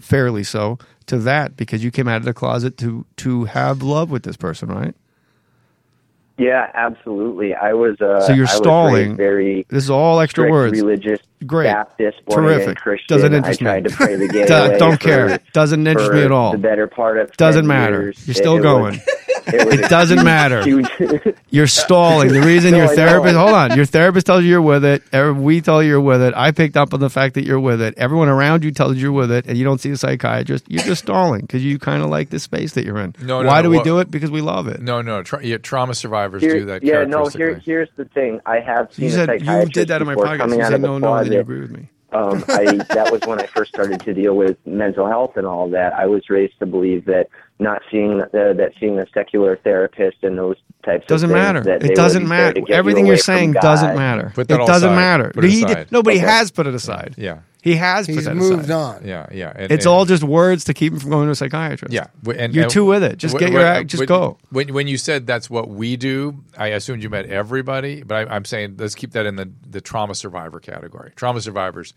fairly so, to that because you came out of the closet to to have love with this person, right? Yeah, absolutely. I was. Uh, So I you're was raised stalling. Very This is all extra strict words. religious, Great. Baptist, born-again Terrific. Christian. Doesn't I interest me. tried to pray the gay Don't- away don't for- care. Doesn't interest for me at all. The better part of Doesn't 10 matter. years. You're still It- it going. was- it, was It a doesn't huge- matter. huge- You're stalling. The reason No, your I know. therapist, hold on, your therapist tells you you're with it. er, We tell you you're with it. I picked up on the fact that you're with it. Everyone around you tells you you're with it, and you don't see a psychiatrist. You're just stalling because you kind of like the space that you're in. No, no, Why no, do we what- do it? Because we love it. no, no. Tra- yeah, trauma survivors Here- do that. yeah, no. Here, characteristically. here's the thing. I have seen You a said you psychiatrist did that in my before podcast. coming You out said of the no, no, and then you closet. agree with me. um, I, that was when I first started to deal with mental health and all that. I was raised to believe that not seeing uh, that seeing a secular therapist and those types Doesn't of things, matter. that they It would doesn't be there matter. to get Everything you you're away from saying God. doesn't matter. Put that it all doesn't aside. matter. Put it He did- aside. no, but he Okay. has put it aside. Yeah, He has put He's that moved aside. on. yeah, yeah. And- It's and- all just words to keep him from going to a psychiatrist. Yeah, w- and You're and- too with it. Just w- get your w- act- just when- go. When when you said that's what we do, I assumed you meant everybody, but I, I'm saying let's keep that in the the trauma survivor category. Trauma survivors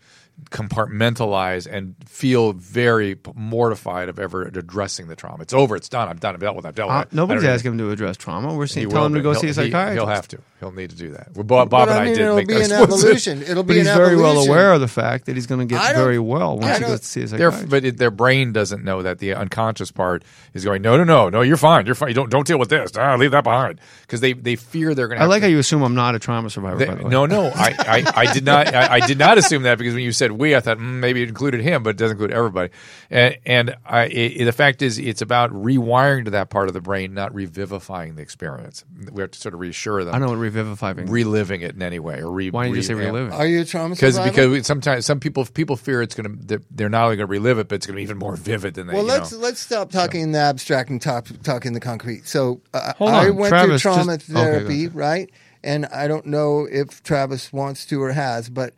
compartmentalize and feel very p- mortified of ever addressing the trauma. It's over. It's done. I'm done. I've dealt with. it. I've dealt with. Uh, it. I nobody's don't need- asking him to address trauma. We're He seeing, telling him will, to go but see a he'll- he- psychiatrist. He'll have to. He'll need to do that. Well, Bob, Bob but and I I, mean, did it'll make be that an explicit. evolution. It'll But be he's an very evolution. well aware of the fact that he's going to I get don't- very well I Oh, once he don't- goes to see a Their, psychiatrist. but it, their brain doesn't know that the unconscious part is going. No, no, no, no. You're fine. You're fine. You don't don't deal with this. Ah, leave that behind because they they fear they're going. I like to, how you assume I'm not a trauma survivor. by the way. no, no, I, I, I did not, I, I did not assume that because when you said we, I thought mm, maybe it included him, but it doesn't include everybody. And, and I, i the fact is, it's about rewiring to that part of the brain, not revivifying the experience. We have to sort of reassure them, I know what revivifying. reliving it in any way, or re, Why did you re- say reliving? Are you a trauma Because survivor? because we- sometimes some people people fear it's gonna that they're not only gonna relive it, but it's gonna be even more vivid than they. well, you let's know. let's stop talking in the abstract and talk talking the concrete. So uh, Hold I on, went Travis, through trauma just- okay, go therapy, right? And I don't know if Travis wants to or has, but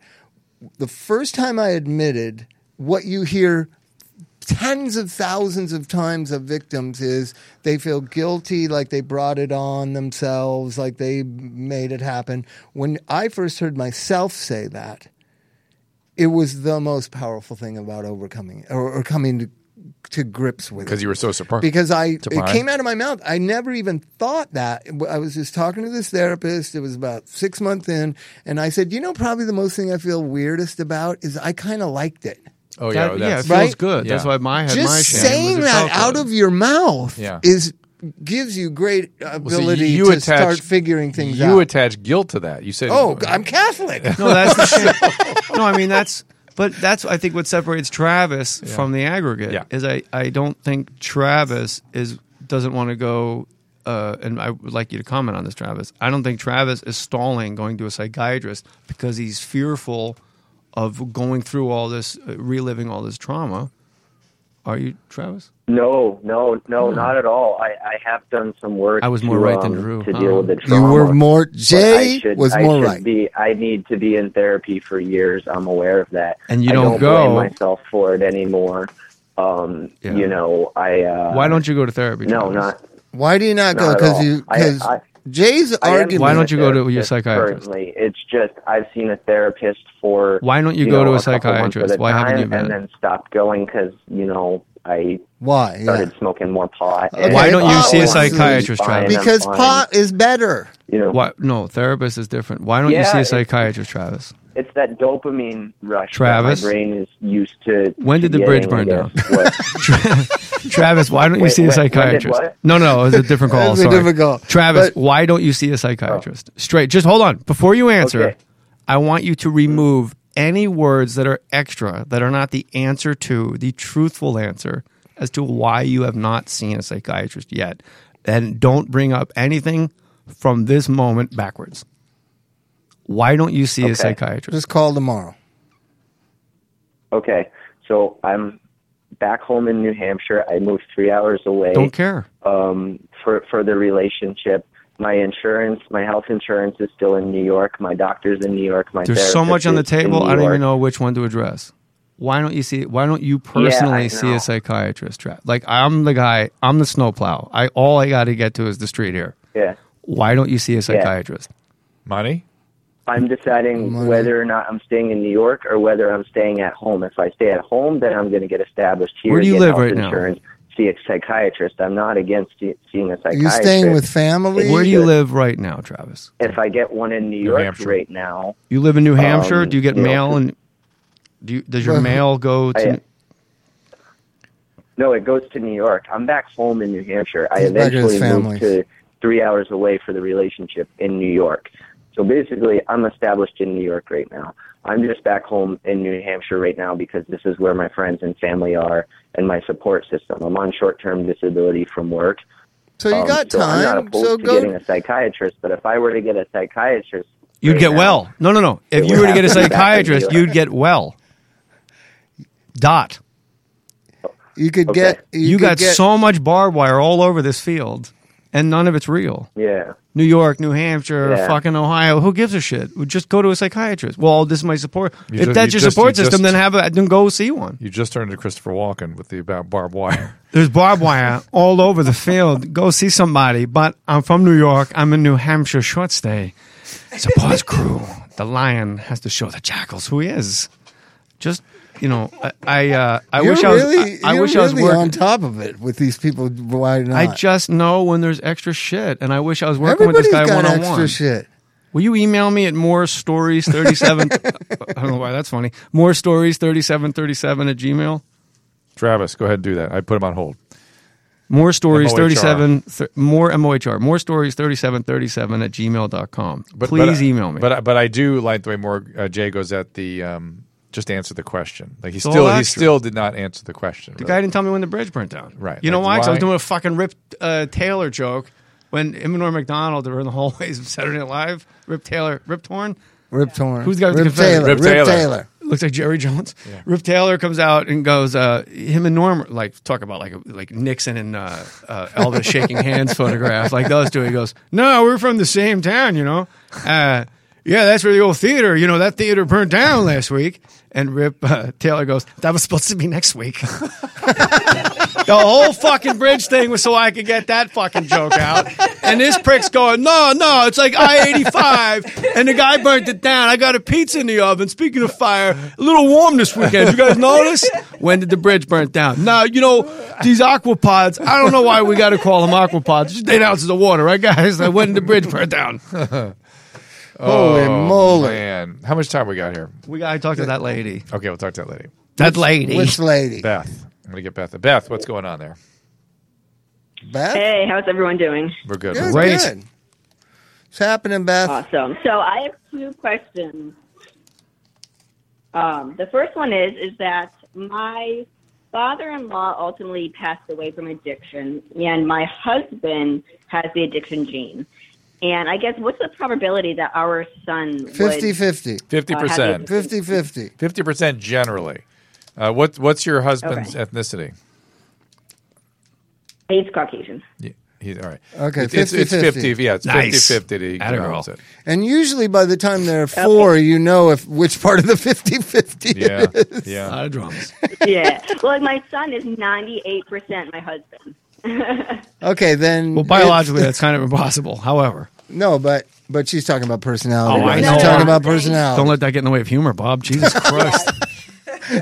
the first time I admitted what you hear tens of thousands of times of victims is they feel guilty like they brought it on themselves like they made it happen when i first heard myself say that it was the most powerful thing about overcoming it, or, or coming to, to grips with it because you were so surprised. because I it Brian? came out of my mouth. I never even thought that. I was just talking to this therapist. It was about six months in, and I said, you know, probably the most thing I feel weirdest about is I kind of liked it. oh That- yeah, yeah, it that's, feels Right? good. That's Yeah. why my had my just shame was saying a that chocolate. out of your mouth Yeah. is gives you great ability you to attach- start figuring things you out. attach guilt to that. You said, oh, I'm Catholic. No, that's the shame. no, I mean that's. But that's I think what separates Travis from the aggregate Yeah. is I, I don't think Travis is doesn't want to go uh, and I would like you to comment on this Travis. I don't think Travis is stalling going to a psychiatrist because he's fearful of going through all this uh, reliving all this trauma. Are you Travis? No, no, no, not at all. I, I have done some work. I was more to, right than um, Drew. to deal Oh. with the You trauma. were more but I Jay should, was I more should right. Be, I need to be in therapy for years. I'm aware of that. And you I don't don't, go. blame myself for it anymore. Um, Yeah. You know, I. Uh, Why don't you go to therapy? No, Travis? not Why do you not go? Not at Because all. you I- because I- Jay's I am argument. Why don't seeing you go a to your therapist psychiatrist? Currently, it's just I've seen a therapist for. Why don't you go know, to a couple months at psychiatrist? a Why haven't time you been? And then stopped going because you know I Why? Yeah. started smoking more pot. Okay. Why don't you see a Oh, I'm doing psychiatrist, fine, Travis? I'm Because fine, pot is better. you know, Why, no, therapist is different. Why don't you Yeah, see a it's- psychiatrist, Travis? it's that dopamine rush. Travis? that my brain is used to. When did to the bridge getting, I burn down? guess, what- Travis, why don't you Wait, see a when- when did psychiatrist? what? No, no, it's a different call. That's a sorry. different call. Travis, But- why don't you see a psychiatrist? Straight. Just hold on. Before you answer, Okay. I want you to remove any words that are extra, that are not the answer to the truthful answer as to why you have not seen a psychiatrist yet. And don't bring up anything from this moment backwards. Why don't you see Okay. a psychiatrist? Just call tomorrow. Okay, so I'm back home in New Hampshire. I moved three hours away. Don't care. um, for for the relationship. My insurance, my health insurance is still in New York. My doctor's in New York. My There's so therapist much on the is in table. New I don't York. even know which one to address. Why don't you see? Why don't you personally I see know. a psychiatrist? Tra- Like I'm the guy. I'm the snowplow. I all I got to get to is the street here. Yeah, Why don't you see a psychiatrist? Money? I'm deciding whether or not I'm staying in New York or whether I'm staying at home. If I stay at home, then I'm going to get established here. Where do you get live health right now? insurance, See a psychiatrist. I'm not against see- seeing a Are psychiatrist. you staying with family? Where do you live right now, Travis? If I get one in New York Hampshire. right now, You live in New Hampshire. Um, do you get yeah. mail and do you, does your Well, mail go to? I- No, it goes to New York. I'm back home in New Hampshire. I He's back at his eventually moved to family's. three hours away for the relationship in New York. So basically, I'm established in New York right now. I'm just back home in New Hampshire right now because this is where my friends and family are and my support system. I'm on short term disability from work. So you Um, got so I'm not time. opposed So to go. getting a psychiatrist, but if I were to get a psychiatrist, You'd right get now- well. No, no, no. If It would you were to have get a to be back in New psychiatrist, York. you'd get well. Dot. You could Okay. get. You, could got get, so much barbed wire all over this field, and none of it's real. Yeah. New York, New Hampshire, Yeah. fucking Ohio. Who gives a shit? Just go to a psychiatrist. Well, this is my support. You if ju- that's you your just- support you system, just- then have a, then go see one. You just turned to Christopher Walken with the about barbed wire. There's barbed wire all over the field. Go see somebody. But I'm from New York. I'm in New Hampshire short stay. Suppose crew. The lion has to show the jackals who he is. Just you know, I I, uh, I You're wish I was. really, I, I you're wish I was really working. on top of it with these people. Why not? I just know when there's extra shit, and I wish I was working Everybody's with this guy got one on extra one. shit. Will you email me at more stories 37? I don't know why that's funny. More stories 3737 at Gmail. Travis, go ahead and do that. I put him on hold. More stories MOHR. 37, th- more MOHR, more stories 3737 at gmail.com. But, Please but I- email me. But I- but I do like the way more uh, Jay goes at the um, just answer the question. Like he all still he extra. still did not answer the question. the really. guy didn't tell me when the bridge burnt down. Right. You know Like, why? 'Cause I was why- doing a fucking Rip uh, Taylor joke when Imanor McDonald, they were in the hallways of Saturday Night Live. Rip Taylor, Rip Torn. Rip Torn. Who's got the Rip confession? Taylor? Rip Rip Taylor. Taylor. looks like Jerry Jones. Rip Taylor comes out and goes, uh, him and Norm, like talk about like like Nixon and uh, uh, Elvis shaking hands photograph, like those two. He goes, no, we're from the same town, you know. Uh, yeah, that's where the old theater, you know, that theater burned down last week. And Rip uh, Taylor goes, that was supposed to be next week. The whole fucking bridge thing was so I could get that fucking joke out. And this prick's going, no, no, it's like I 85. And the guy burnt it down. I got a pizza in the oven. Speaking of fire, a little warm this weekend. You guys notice? When did the bridge burn down? Now, you know, these aquapods, I don't know why we got to call them aquapods. Just eight ounces of water, right, guys? Like, when did the bridge burn down? Holy moly! Oh, Man, how much time we got here? We got to talk to that lady. Okay, we'll talk to that lady. That lady. Which lady? Beth, I'm gonna get Beth. Beth, what's going on there? Beth. Hey, how's everyone doing? We're good. Good, Great. good. It's happening, Beth. Awesome. So I have two questions. Um, the first one is is that my father-in-law ultimately passed away from addiction, and my husband has the addiction gene. And I guess what's the probability that our son would- uh, 50-50. Fifty percent. 50-50. Fifty percent generally. Uh, what what's your husband's Okay. ethnicity? he's Caucasian? Yeah, he- all right. Okay, It- it's, it's 50-50. 50. Yeah, it's Nice. 50 50 to Atta girl. pronounce it. And usually by the time they're four, you know if which part of the 50-50 it Yeah, is. A yeah. lot of drums. yeah. Well, like my son is ninety-eight percent my husband. Okay, then. Well, biologically, that's kind of impossible. However, No, but but she's talking about personality. Oh, I She's know. talking about don't personality. let that get in the way of humor, Bob. Jesus Christ.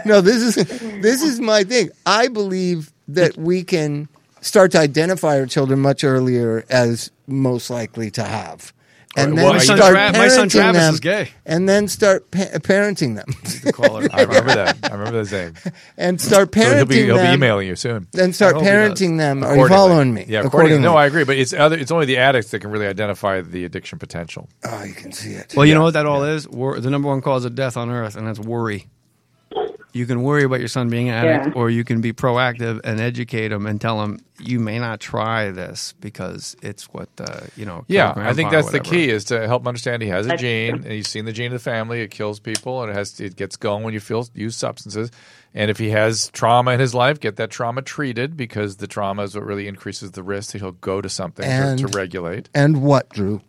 No, this is this is my thing. I believe that we can start to identify our children much earlier as most likely to have. And Right, then well, my son start Tra- my son parenting Travis them, is gay. And then start pa- parenting them, I remember that. I remember that name. and start parenting So he'll be he'll be them. emailing you soon. Then start I hope he does. parenting them. Are you Accordingly. following me? Yeah, accordingly. No, I agree. But it's other. It's only the addicts that can really identify the addiction potential. oh, you can see it. Well, you know what that all is? Wor- the number one cause of death on earth, and that's worry. You can worry about your son being an addict, Yeah. or you can be proactive and educate him and tell him you may not try this because it's what uh, you know. Yeah, killed I think grandpa that's or the whatever. key is to help him understand he has a That's gene, true. and he's seen the gene of the family. It kills people, and it has it gets going when you feel use substances. And if he has trauma in his life, get that trauma treated because the trauma is what really increases the risk that he'll go to something to, And- to regulate. And what, Drew?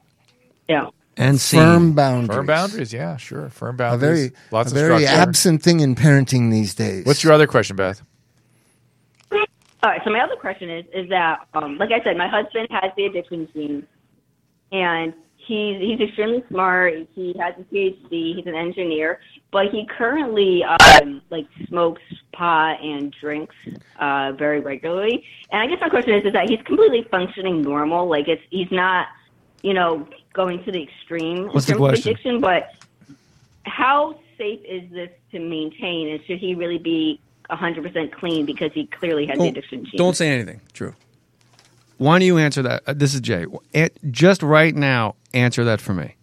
Yeah, and firm boundaries. Firm boundaries, yeah, sure. Firm A boundaries. very, lots a of very structure. absent thing in parenting these days. What's your other question, Beth? All right. So my other question is, is that, um, like I said, my husband has the addiction gene, and he's he's extremely smart. He has a PhD. He's an engineer, but he currently um, like smokes pot and drinks uh, very regularly. And I guess my question is, is that he's completely functioning normal. Like it's he's not, you know, going to the extreme What's the in terms of question? addiction. But how safe is this to maintain? And should he really be 100% clean because he clearly has the Don't- addiction gene? Don't say anything. True. Why don't you answer that? Uh, this is Jay. An- just right now, answer that for me.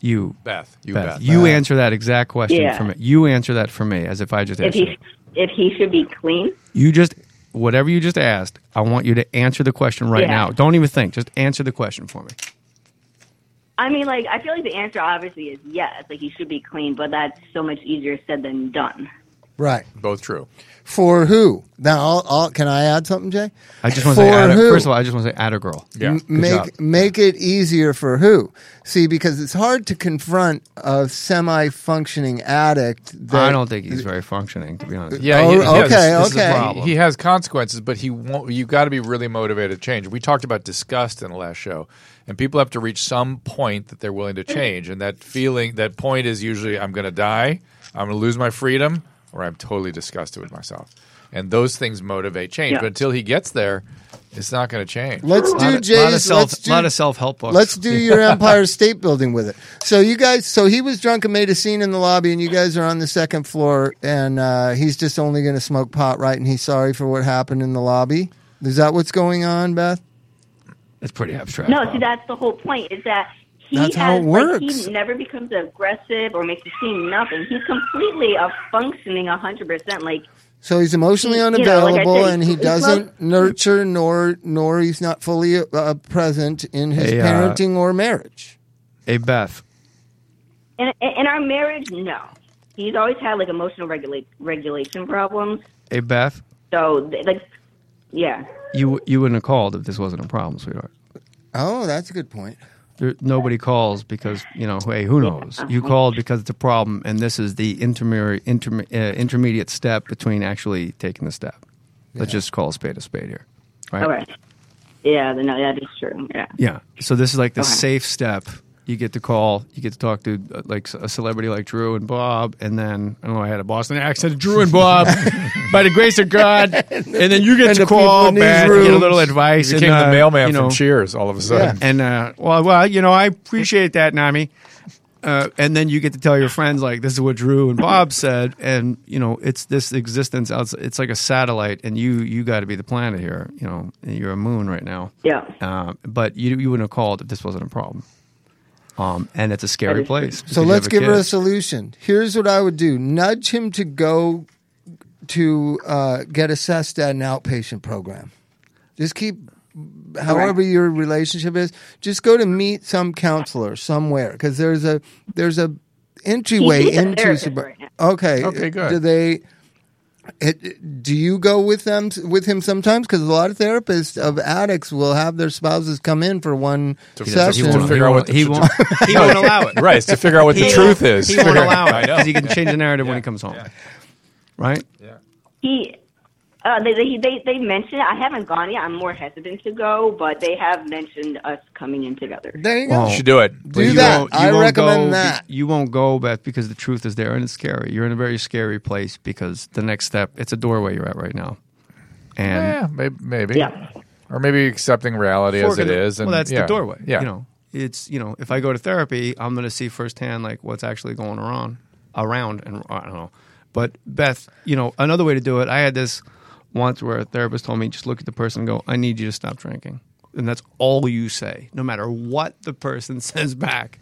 You, Beth. You, Beth. you Beth. answer that exact question Yeah. for me. You answer that for me as if I just if asked he you. if he should be clean. You just whatever you just asked. I want you to answer the question right Yeah. now. Don't even think. Just answer the question for me. I mean, like I feel like the answer obviously is yes, like he should be clean, but that's so much easier said than done. Right. Both true. For who? Now, I'll, I'll, can I add something, Jay? I just want to say. For Atta, who? first of all, I just want to say, Atta girl. M- Good make job. make it easier for who? See, because it's hard to confront a semi-functioning addict. That, I don't think he's very functioning, to be honest. Yeah. Oh, he- he has- okay, this is the okay. problem. He has consequences, but he won't. You got to be really motivated to change. We talked about disgust in the last show, and people have to reach some point that they're willing to change, and that feeling, that point is usually I'm going to die, I'm going to lose my freedom, or I'm totally disgusted with myself, and those things motivate change. Yeah. But until he gets there, it's not going to change. Let's Lot of- do lot Jay's. of self- let's do, lot of self-help books. Let's do Yeah. your Empire State Building with it. So you guys, so he was drunk and made a scene in the lobby, and you guys are on the second floor, and uh, he's just only going to smoke pot, right? And he's sorry for what happened in the lobby. Is that what's going on, Beth? It's pretty abstract. No, see that's the whole point is that he That's has how it like, works. he never becomes aggressive or makes a scene nothing. He's completely a functioning 100%. Like So he's emotionally You know, like I said, unavailable, he- and he he doesn't nurture nor nor he's not fully uh, present in his Hey, uh, parenting or marriage. Hey Beth, in, in our marriage, no. He's always had like emotional regulate, regulation problems. hey Beth, So th- like yeah. you you wouldn't have called if this wasn't a problem, sweetheart. Oh, that's a good point. There, nobody calls because you know, hey, who knows? You Uh-huh. called because it's a problem, and this is the intermediate interme- uh, intermediate step between actually taking the step. Let's just call a spade a spade here, right? All right. Yeah, then, no, that is true. Yeah. Yeah. So this is like the Okay. safe step. You get to call. You get to talk to uh, like a celebrity like Drew and Bob, and then I don't know. I had a Boston accent. Drew and Bob, by the grace of God, and then you get And to the people call in these back, and get a rooms. little advice. You became and, the uh, mailman you know, from Cheers all of a sudden. and uh, well, well, you know, I appreciate that, Nami. Uh, and then you get to tell your friends like this is what Drew and Bob said, and you know it's this existence. Outside, it's like a satellite, and you you got to be the planet here. You know, you're a moon right now. Yeah. Uh, but you you wouldn't have called if this wasn't a problem. Um, and it's a scary place. because So you let's have give her kid. a solution. Here's what I would do: nudge him to go to uh, get assessed at an outpatient program. Just keep, however your relationship is, just go to meet some counselor somewhere because there's a there's a entryway He's a into. therapist sub- right now. okay. Okay, good. Do they? It, do you go with them with him sometimes? Because a lot of therapists of addicts will have their spouses come in for one To- He session won't- he figure out what won't- the he tr- won't. He won't allow it. Right, it's to figure out what the He truth won't- is. He won't Figure- allow I it know. because he can Yeah. change the narrative when he comes home. Right. He, uh, they, they, they, they mentioned, I haven't gone yet. I'm more hesitant to go, but they have mentioned us coming in together. There you Well, go. You should do it. Do you that. won't- you I won't recommend go, that. You won't go, Beth, because the truth is there and it's scary. You're in a very scary place because the next step, it's a doorway you're at right now. And Yeah, maybe, maybe. Yeah. or maybe accepting reality as it Forking- is. And well, that's yeah, the doorway. Yeah, You know, it's, you know, if I go to therapy, I'm going to see firsthand like what's actually going on around and I don't know. But Beth, you know, another way to do it, I had this once where a therapist told me, just look at the person and go, I need you to stop drinking. And that's all you say, no matter what the person says back.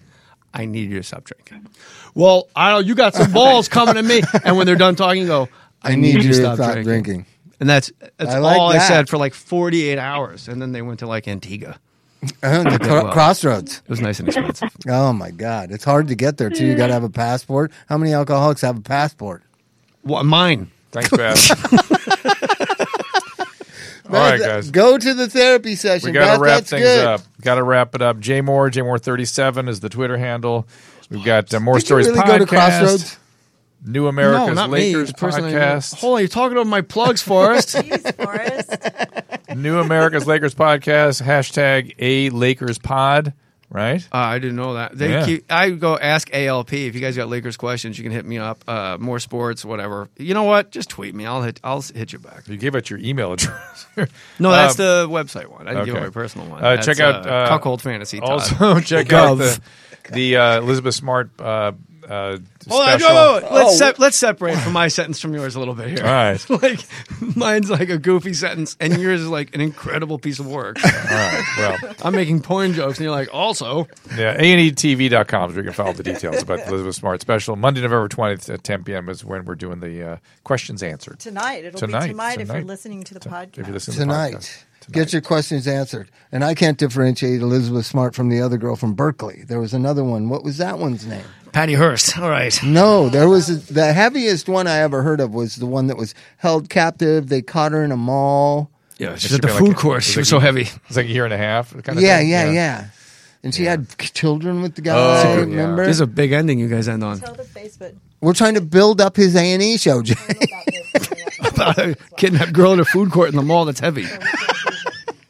I need you to stop drinking. Well, I don't. You got some balls coming at me, and when they're done talking, you go. I, need, you to stop, drinking. And that's that's I like all I that. said for like 48 hours, and then they went to like Antigua. Oh, the Did cro- well. crossroads. It was nice and expensive. oh my god, it's hard to get there too. You got to have a passport. How many alcoholics have a passport? Well, mine. Thanks, Beth. All right, guys. Go to the therapy session. We got Beth. to wrap That's things good. up. Got to wrap it up. Jay Moore, Jay Moore thirty seven is the Twitter handle. We've got uh, more Did you stories. really podcast, go to Crossroads? New America's no, not Lakers me. Personally, podcast. Hold on, you're talking over my plugs, Forrest. New America's Lakers podcast. Hashtag a Lakers pod. Right. Uh, I didn't know that. They Yeah. keep, I go ask ALP if you guys got Lakers questions. You can hit me up. Uh, more sports, whatever. You know what? Just tweet me. I'll hit. I'll hit you back. You gave out your email address. No, that's Um, the website one. I didn't give okay. out my personal one. Uh, That's, check out uh, Cuckold Fantasy. Todd. Also, check out the, the uh, Elizabeth Smart. Uh, uh, Hold on, special. whoa, whoa, whoa. Oh. Let's, sep- let's separate from my sentence from yours a little bit here. Oh, All right. like mine's like a goofy sentence, and yours is like an incredible piece of work. All right. Well. I'm making porn jokes, and you're like, also, Yeah, E A&ETV.com is where you can follow the details about the Elizabeth Smart special. Monday, November 20th at 10 p.m. is when we're doing the uh, questions answered. Tonight. It'll Tonight, be tonight, if you're tonight. listening to the podcast. If you're listening to the tonight. podcast. Get your questions answered. And I can't differentiate Elizabeth Smart from the other girl from Berkeley. There was another one. What was that one's name? Patty Hearst. All right. No, there was a, the heaviest one I ever heard of was the one that was held captive. They caught her in a mall. yeah, It she's should at the be food like a- course. it's She like was a- so heavy. It's like a year and a half kind of yeah, thing. Oh, yeah, yeah, And she had children with the guy. yeah. remember? This is a big ending you guys end on. Tell the Facebook. We're trying to build up his A and E show, Jay. About a kidnapped girl in a food court in the mall that's heavy.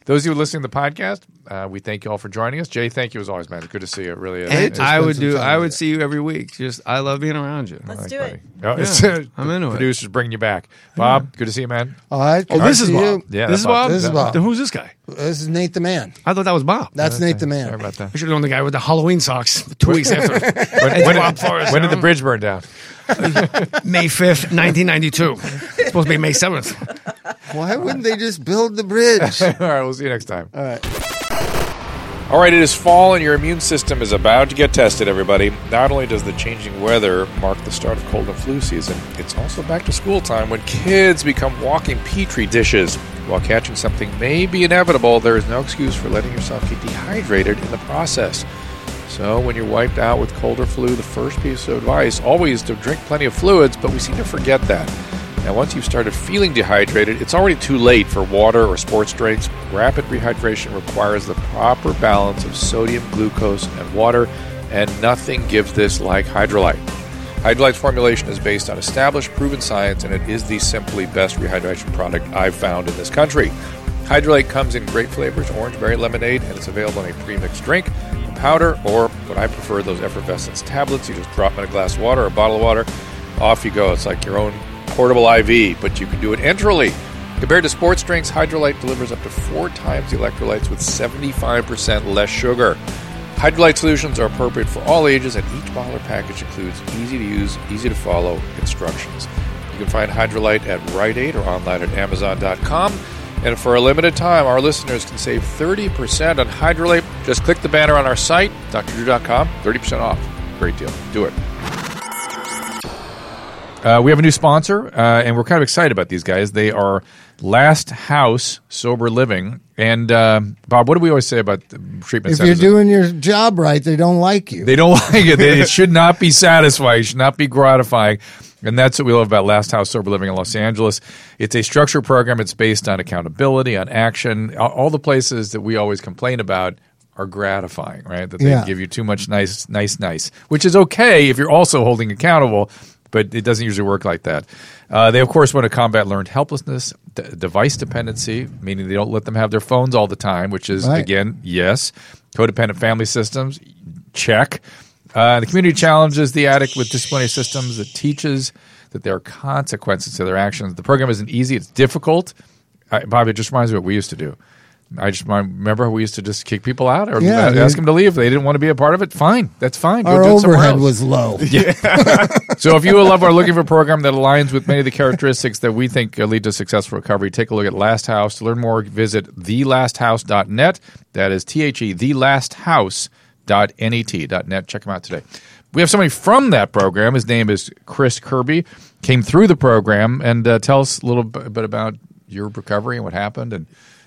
Those of you listening to the podcast, uh, we thank you all for joining us. Jay, thank you as always, man. It's good to see you. It really is. And It's- I spend would some do. time I with would see you every week. Just I love being around you. Let's do it. Oh, it's- Yeah, I'm into it. Producers bringing you back. Bob, good to see you, man. All right. Oh, this is Bob. Yeah, this that's is Bob. Bob. This is Bob. Then who's this guy? This is Nate the man. I thought that was Bob. That's Nate the Sorry man. about that. We should have known the guy with the Halloween socks two weeks after. When, when Bob did, Forrest, when you did the know? bridge burn down? May 5th, 1992. It's supposed to be May 7th. Why wouldn't they just build the bridge? All right, we'll see you next time. All right. All right, it is fall and your immune system is about to get tested, everybody. Not only does the changing weather mark the start of cold and flu season, it's also back to school time when kids become walking petri dishes. While catching something may be inevitable, there is no excuse for letting yourself get dehydrated in the process. So, when you're wiped out with cold or flu, the first piece of advice always to drink plenty of fluids, but we seem to forget that. Now, once you've started feeling dehydrated, it's already too late for water or sports drinks. Rapid rehydration requires the proper balance of sodium, glucose, and water, and nothing gives this like Hydrolyte. Hydrolite's formulation is based on established proven science, and it is the simply best rehydration product I've found in this country. Hydrolite comes in great flavors orange, berry, lemonade, and it's available in a pre mixed drink, a powder, or what I prefer, those effervescence tablets. You just drop in a glass of water or a bottle of water, off you go. It's like your own portable IV, but you can do it enterally. Compared to sports drinks, Hydrolite delivers up to four times the electrolytes with 75% less sugar. Hydrolite solutions are appropriate for all ages, and each bottle or package includes easy to use, easy to follow instructions. You can find Hydrolite at Rite Aid or online at Amazon.com. And for a limited time, our listeners can save 30% on Hydrolite. Just click the banner on our site, drdrew.com, 30% off. Great deal. Do it. Uh, we have a new sponsor, uh, and we're kind of excited about these guys. They are Last House Sober Living. And uh, Bob, what do we always say about the treatment if you're centers? doing your job right, they don't like you. they don't like it. They, it should not be satisfying. It should not be gratifying. And that's what we love about Last House Sober Living in Los Angeles. It's a structured program. It's based on accountability, on action. All- All the places that we always complain about are gratifying, right? That they Yeah. give you too much nice, nice, nice, which is okay if you're also holding accountable, but it doesn't usually work like that. Uh, they, of course, want to combat learned helplessness, d- device dependency, meaning they don't let them have their phones all the time, which is, Right. again, yes. Codependent family systems, check. Uh, the community challenges the addict with disciplinary systems that teaches that there are consequences to their actions. The program isn't easy, it's difficult. I, Bobby, it just reminds me of what we used to do. I just remind- remember how we used to just kick people out or Yeah, let- dude. ask them to leave. If they didn't want to be a part of it, fine. That's fine. Go Our do it somewhere overhead else. was low. So if you and Love are looking for a program that aligns with many of the characteristics that we think uh, lead to successful recovery, take a look at Last E, House. To learn more, visit thelasthouse.net. That is T-H-E, E net. Check him out today. We have somebody from that program. His name is Chris Kirby. Came through the program and uh, tell us a little b- bit about your recovery and what happened, and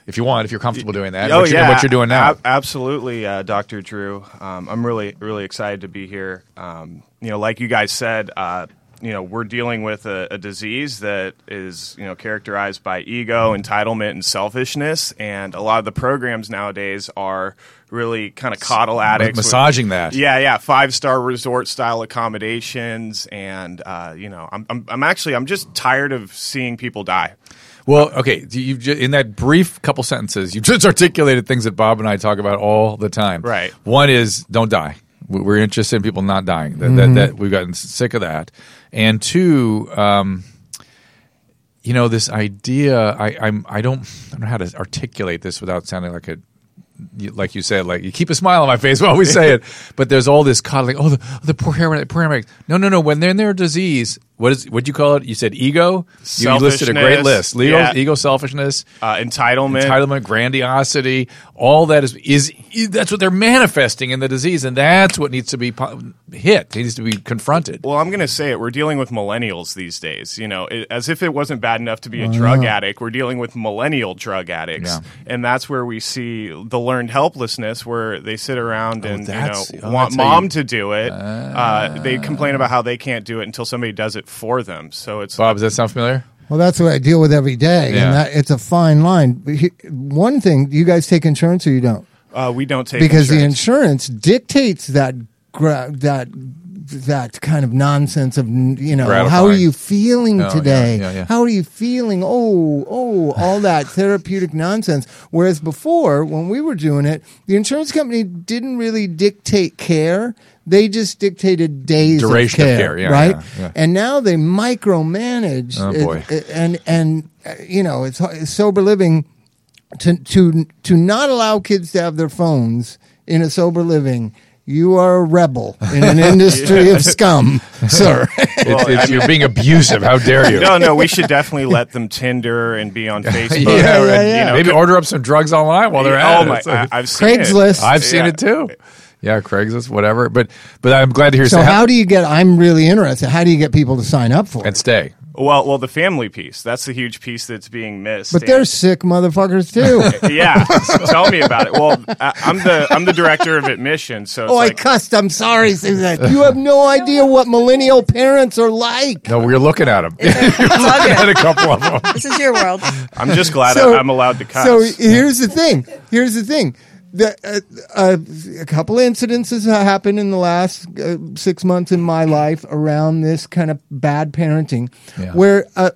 if you want, if you're comfortable doing that, Oh, what, you're, yeah. what you're doing now. Ab- absolutely, uh, Dr. Drew. Um, I'm really, really excited to be here. Um, you know, like you guys said, uh, you know, we're dealing with a, a disease that is, you know, characterized by ego, entitlement, and selfishness. And a lot of the programs nowadays are really kind of coddle addicts. with- massaging that. Yeah, yeah. Five star resort style accommodations. And, uh, you know, I'm, I'm, I'm actually, I'm just tired of seeing people die. Well, okay. do You ju- in that brief couple sentences, you just articulated things that Bob and I talk about all the time. Right. One is don't die. We- We're interested in people not dying. That, Mhm. that, that we've gotten sick of that. And two, um, you know, this idea. I, I'm. I don't. I don't know how to articulate this without sounding like a. you- Like you said, like you keep a smile on my face while we say it, but there's all this coddling. Oh, the, the poor paramedic, paramedics. No, no, no. When they're in their disease, what is what do you call it? You said ego. You you listed a great Selfishness, list. Leo, yeah. ego selfishness, uh, entitlement, entitlement, grandiosity. All that is is that's what they're manifesting in the disease, and that's what needs to be po- hit. It needs to be confronted. Well, I'm going to say it. We're dealing with millennials these days. You know, it, as if it wasn't bad enough to be a drug Wow. addict, we're dealing with millennial drug addicts, Yeah. and that's where we see the learned helplessness, where they sit around and you know that's- oh, want that's how mom you- Ah. to do it. Uh, they complain about how they can't do it until somebody does it for them. So it's Bob. Does that sound familiar? Well, that's what I deal with every day, Yeah. and that, it's a fine line. But he- One thing, do you guys take insurance or you don't? Uh, we don't take because insurance. the insurance dictates that gra- that that kind of nonsense of you know how are Gratifying. you feeling Oh, yeah, today? yeah, yeah. How are you feeling? Oh, oh, all that therapeutic nonsense. Whereas before, when we were doing it, the insurance company didn't really dictate care. They just dictated days Duration of of care, care, yeah, right? yeah, yeah. And now they micromanage. Oh, it- boy. it- and and uh, you know, it's, it's sober living to to to not allow kids to have their phones in a sober living. You are a rebel in an industry of scum, sir. It's- it's- you're being abusive. How dare you? No, no, we should definitely let them Tinder and be on Facebook. and, You know, Maybe order up some drugs online while they're Yeah, out. oh my- I- I've seen it. Craigslist. I've seen Yeah. it too. Yeah, Craigslist, whatever. But but I'm glad to hear. so how do you get? I'm really interested. How do you get people to sign up for it? and stay? Well, well, the family piece—that's the huge piece that's being missed. But and- they're sick motherfuckers too. yeah, tell me about it. Well, I, I'm the I'm the director of admission, so it's oh, I like, cussed. I'm sorry, Suzanne. You have no idea what millennial parents are like. No, we're looking at them. a couple of them. This is your world. I'm just glad So- I, I'm allowed to cuss. So here's the thing. Here's the thing. The, uh, uh, a couple of incidences that happened in the last uh, six months in my life around this kind of bad parenting, where a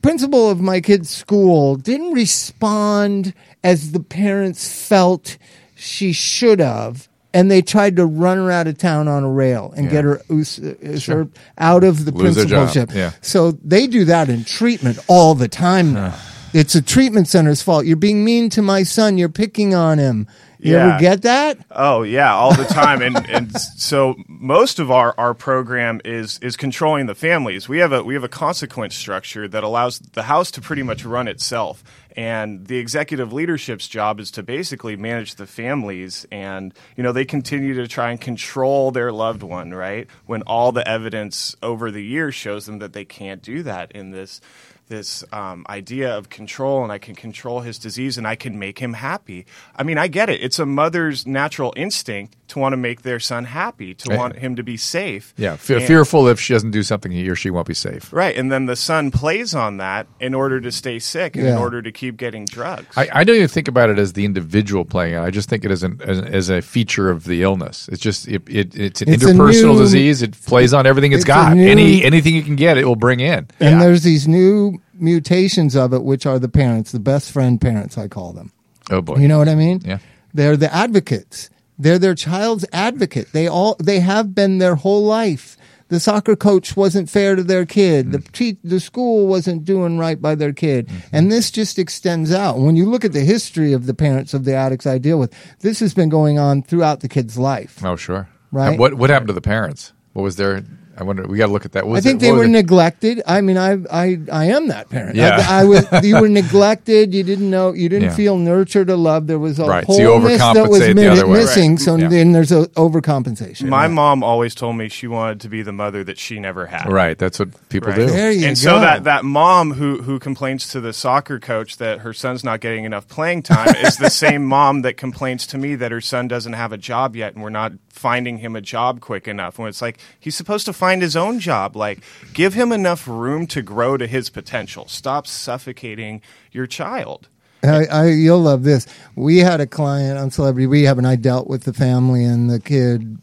principal of my kid's school didn't respond as the parents felt she should have, and they tried to run her out of town on a rail and Yeah. get her, us- uh, her out of the Lose their job, principalship. yeah. So they do that in treatment all the time now. it's a treatment center's fault. You're being mean to my son. You're picking on him. You Yeah. ever get that? Oh yeah, all the time, and and so most of our, our program is is controlling the families. We have a we have a consequence structure that allows the house to pretty much run itself, and the executive leadership's job is to basically manage the families, and you know they continue to try and control their loved one, right? When all the evidence over the years shows them that they can't do that in this this um, idea of control and I can control his disease and I can make him happy. I mean, I get it. It's a mother's natural instinct to want to make their son happy, to Right. want him to be safe. Yeah, fe- And- fearful if she doesn't do something, he or she won't be safe. Right. And then the son plays on that in order to stay sick and in Yeah. order to keep getting drugs. I, I don't even think about it as the individual playing it. I just think it as an as, as a feature of the illness. It's just it, it it's an It's a interpersonal new- disease. It plays on everything it's it's a got. new- Any anything you can get, it will bring in. And there's these new mutations of it, which are the parents, the best friend parents, I call them. Oh boy. You know what I mean? Yeah. They're the advocates. They're their child's advocate. They all they have been their whole life. The soccer coach wasn't fair to their kid. Mm. The te- the school wasn't doing right by their kid. Mm-hmm. And this just extends out. When you look at the history of the parents of the addicts I deal with, this has been going on throughout the kid's life. Oh sure. Right. What what happened to the parents? What was their I wonder. We got to look at that. What I was think it- they what were was it? neglected. I mean, I I I am that parent. Yeah. I, I was. You were neglected. You didn't know. You didn't Yeah. feel nurtured or loved. There was a Right, so you wholeness that was overcompensate the other mi- way. missing. Right. So Yeah. then there's a overcompensation. My mom always told me she wanted to be the mother that she never had. Right, that's what people do. There you and so go. that, that mom who, who complains to the soccer coach that her son's not getting enough playing time is the same mom that complains to me that her son doesn't have a job yet and we're not finding him a job quick enough. When it's like he's supposed to find his own job. Like give him enough room to grow to his potential. Stop suffocating your child. I, I, you'll love this. We had a client on Celebrity Rehab, and I dealt with the family and the kid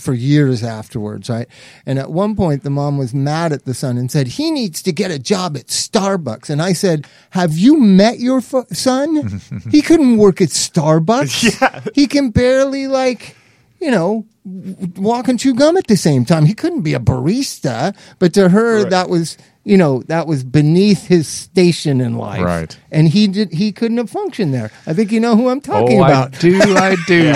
for years afterwards, right? And at one point, the mom was mad at the son and said, He needs to get a job at Starbucks. And I said, Have you met your fu- son? he couldn't work at Starbucks. He can barely, like, you know, w- walk and chew gum at the same time. He couldn't be a barista, but to her, Right. that was. You know that was beneath his station in life, Right. and he did. He couldn't have functioned there. I think you know who I'm talking oh, about. I do. I do.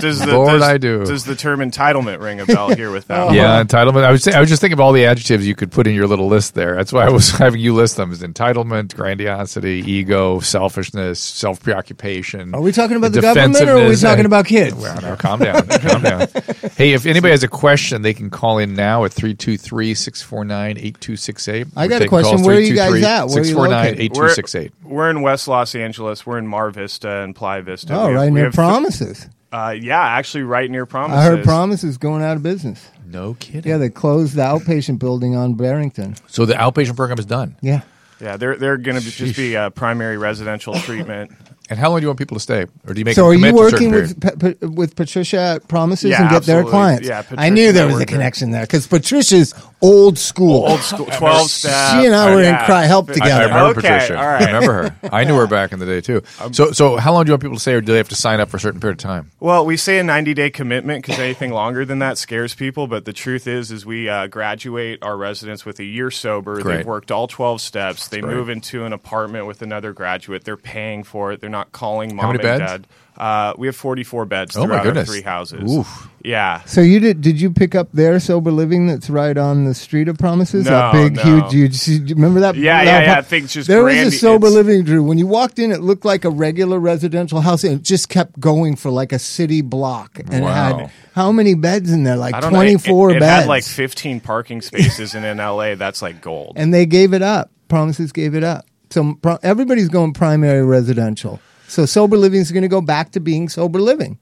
Does the, Lord, does- I do. Does the term entitlement ring a bell here with that? Yeah, entitlement. I was, I was just thinking of all the adjectives you could put in your little list there. That's why I was having you list them: is entitlement, grandiosity, ego, selfishness, self preoccupation. Are we talking about the government or are we talking about kids? Well, no, calm down, calm down. Hey, if anybody has a question, they can call in now at 323-649-8268. I got a question. Where are you guys at? Where are you located? 649-8268. We're, we're in West Los Angeles. We're in Mar Vista and Ply Vista. Oh, We have- right we near have th- Promises. uh, yeah, actually, right near Promises. I heard Promises going out of business. No kidding. Yeah, they closed the outpatient building on Barrington. So the outpatient program is done. Yeah. Yeah, they're they're going to just be uh, primary residential treatment. And how long do you want people to stay, or do you make? them so are you commit to a certain working period? with Pa- Pa- with Patricia at Promises Yeah, and get absolutely. their clients? Yeah, I knew Patricia there was a Network. connection there because Patricia's old school. Old school, twelve staff. She and I were in Yeah. Cry Help I- I, together. remember Okay, Patricia. all right. I remember her. I knew her back in the day too. So, so how long do you want people to stay, or do they have to sign up for a certain period of time? Well, we say a 90 day commitment because anything longer than that scares people. But the truth is, is we uh, graduate our residents with a year sober. Great. They've worked all 12 steps. they great. move into an apartment with another graduate. They're paying for it. They're not calling mom How many and beds? dad. Uh, we have 44 beds Oh, my throughout our goodness. three houses. Oof. Yeah. So you did? Did you pick up their sober living that's right on the street of Promises? that No, big, no. huge, huge. Do you Remember that? Yeah, that yeah, yeah, pop- things just there was grandy- a sober it's- living, Drew. When you walked in, it looked like a regular residential house, and it just kept going for like a city block, and it Wow. had how many beds in there? Like know. It- twenty four it, it beds. had like 15 parking spaces, and in LA, that's like gold. and they gave it up. Promises gave it up. So pro- everybody's going primary residential. So sober living is going to go back to being sober living.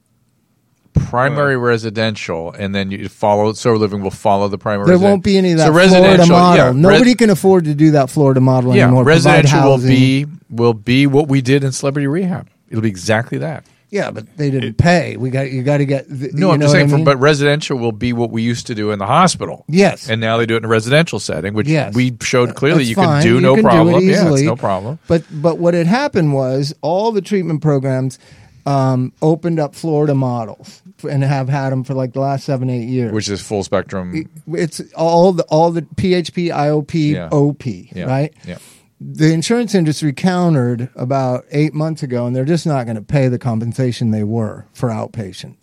Primary residential, and then you follow. So living will follow the primary. There residen- won't be any of that So Florida residential, model. yeah, Nobody res- can afford to do that Florida model yeah, anymore. Provide residential will housing. be will be what we did in Celebrity Rehab. It'll be exactly that. Yeah, but they didn't pay. We got you got to get. The, No, you I'm know just what saying. I for- mean? but residential will be what we used to do in the hospital. Yes. and now they do it in a residential setting, which Yes. we showed clearly That's you can fine. do no can problem. it yeah, it's easily. no problem. But but what had happened was all the treatment programs um, opened up Florida models and have had them for like the last seven eight years. Which is full spectrum. it's all the all the PHP, IOP, Yeah. OP, Yeah, right? Yeah. The insurance industry countered about eight months ago, and they're just not going to pay the compensation they were for outpatient.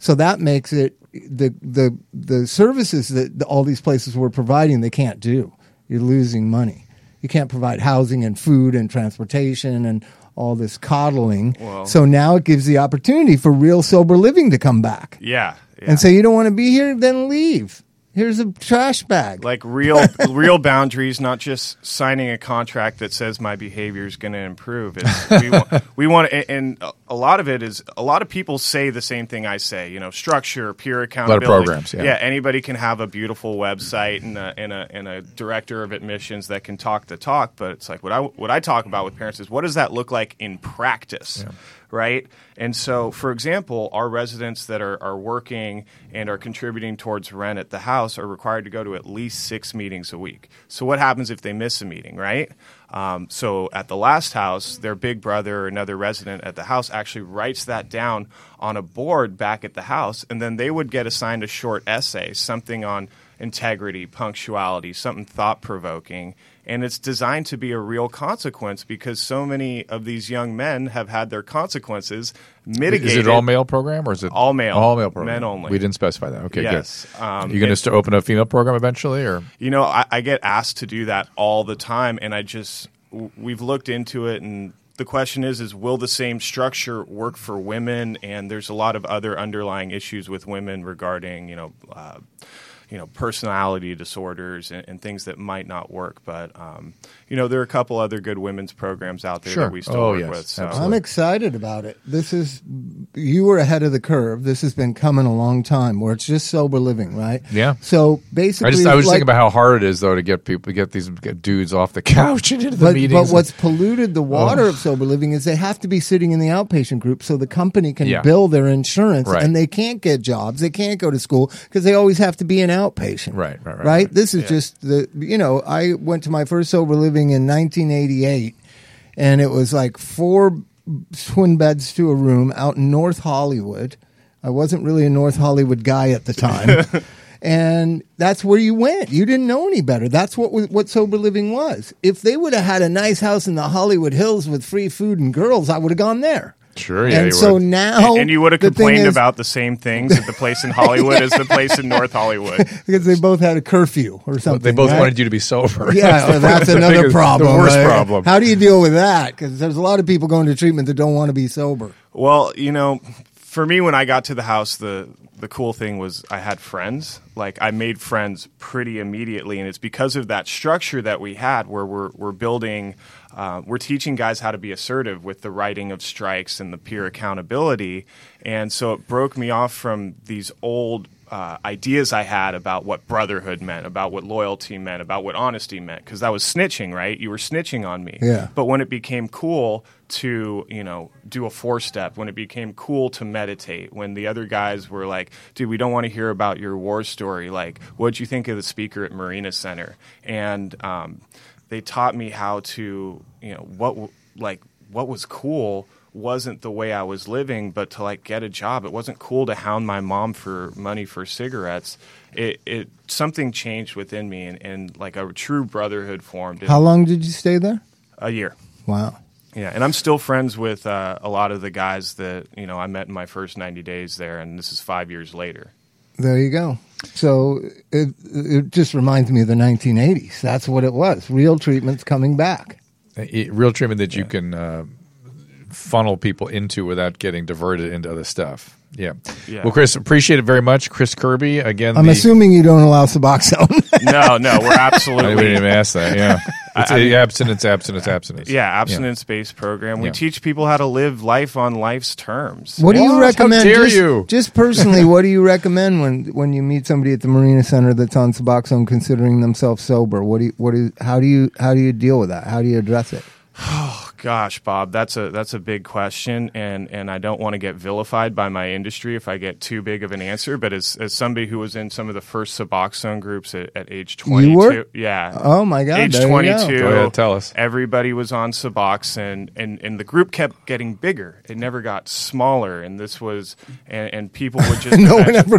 So that makes it the the the services that the, all these places were providing they can't do. You're losing money. You can't provide housing and food and transportation and all this coddling. so now it gives the opportunity for real sober living to come back yeah. yeah. and say you don't want to be here, then leave. Here's a trash bag. like real real boundaries not just signing a contract that says my behavior is going to improve it's, we, want, we want and- and a lot of it is a lot of people say the same thing i say you know structure peer accountability programs, yeah. anybody can have a beautiful website and a, and, a, and a director of admissions that can talk the talk but it's like what i what i talk about with parents is what does that look like in practice right? And so, for example, our residents that are, are working and are contributing towards rent at the house are required to go to at least six meetings a week. So, what happens if they miss a meeting, right? Um, so, at the last house, their big brother or another resident at the house actually writes that down on a board back at the house, and then they would get assigned a short essay, something on integrity, punctuality, something thought provoking. And it's designed to be a real consequence because so many of these young men have had their consequences mitigated. Is it all male program or is it All male. All male program. Men only. We didn't specify that. Okay, Yes. good. Um, You're going it- to open a female program eventually, or You know, I, I get asked to do that all the time, and I just w- we've looked into it, and the question is: is will the same structure work for women? And there's a lot of other underlying issues with women regarding you know. Uh, you know, personality disorders and, and things that might not work, but um, you know, there are a couple other good women's programs out there Sure. that we still Oh, work yes. with. So. I'm excited about it. This is you were ahead of the curve. This has been coming a long time where it's just sober living, right? Yeah. So I basically, just I was just like- thinking about how hard it is though to get people get these dudes off the couch and Oh. into the but, meetings. But what's polluted the water of sober living is they have to be sitting in the outpatient group so the company can Yeah. bill their insurance Right. and they can't get jobs. They can't go to school because they always have to be an outpatient. Right, right, right, right. This is Yeah. just the, you know, I went to my first sober living in 1988 and it was like four twin beds to a room out in North Hollywood. I wasn't really a North Hollywood guy at the time. and that's where you went. You didn't know any better. That's what wa- what sober living was. If they would have had a nice house in the Hollywood Hills with free food and girls, I would have gone there. Sure, yeah, And you so would. now and, and you would have the thing complained is- about the same things at the place in Hollywood as the place in North Hollywood. because they both had a curfew or something. they both right? wanted you to be sober. Yeah, well, that's the another biggest- problem. The worst right? problem. How do you deal with that? Because there's a lot of people going to treatment that don't want to be sober. Well, you know, for me, when I got to the house, the the cool thing was I had friends. Like I made friends pretty immediately, and it's because of that structure that we had, where we're we're building, uh, we're teaching guys how to be assertive with the writing of strikes and the peer accountability, and so it broke me off from these old uh, ideas I had about what brotherhood meant, about what loyalty meant, about what honesty meant, because that was snitching, right? You were snitching on me. Yeah. But when it became cool to, you know, do a four step, when it became cool to meditate, when the other guys were like, dude, we don't want to hear about your war story. Like, what'd you think of the speaker at Marina Center? And um, they taught me how to, you know, what, w- like, what was cool wasn't the way I was living, but to like get a job, it wasn't cool to hound my mom for money for cigarettes. It, it something changed within me, and, and like a true brotherhood formed. How long did you stay there? A year. Wow. Yeah, and I'm still friends with uh, a lot of the guys that you know I met in my first 90 days there, and this is five years later. There you go. So it, it just reminds me of the 1980s. That's what it was. Real treatments coming back. I- real treatment that you can uh, funnel people into without getting diverted into other stuff. Yeah. Yeah. Well, Chris, appreciate it very much. Chris Kirby again. I'm the, assuming you don't allow Suboxone. No, no, we're absolutely. I didn't even ask that. Yeah. I- It's I mean- abstinence, abstinence, abstinence. Yeah, abstinence based program. We Yeah. teach people how to live life on life's terms. What do you recommend? How dare just, you? just personally, what do you recommend when, when you meet somebody at the Marina Center that's on Suboxone considering themselves sober? What do you, what is, how do you, how do you deal with that? How do you address it? Oh, gosh, Bob, that's a that's a big question, and and I don't want to get vilified by my industry if I get too big of an answer. But as as somebody who was in some of the first Suboxone groups at, at age twenty two, were? yeah, Oh, my God, age there you go. twenty two. Go ahead, tell us. Everybody was on Suboxone, and and the group kept getting bigger. It never got smaller, and this was and and people would just no one eventually- ever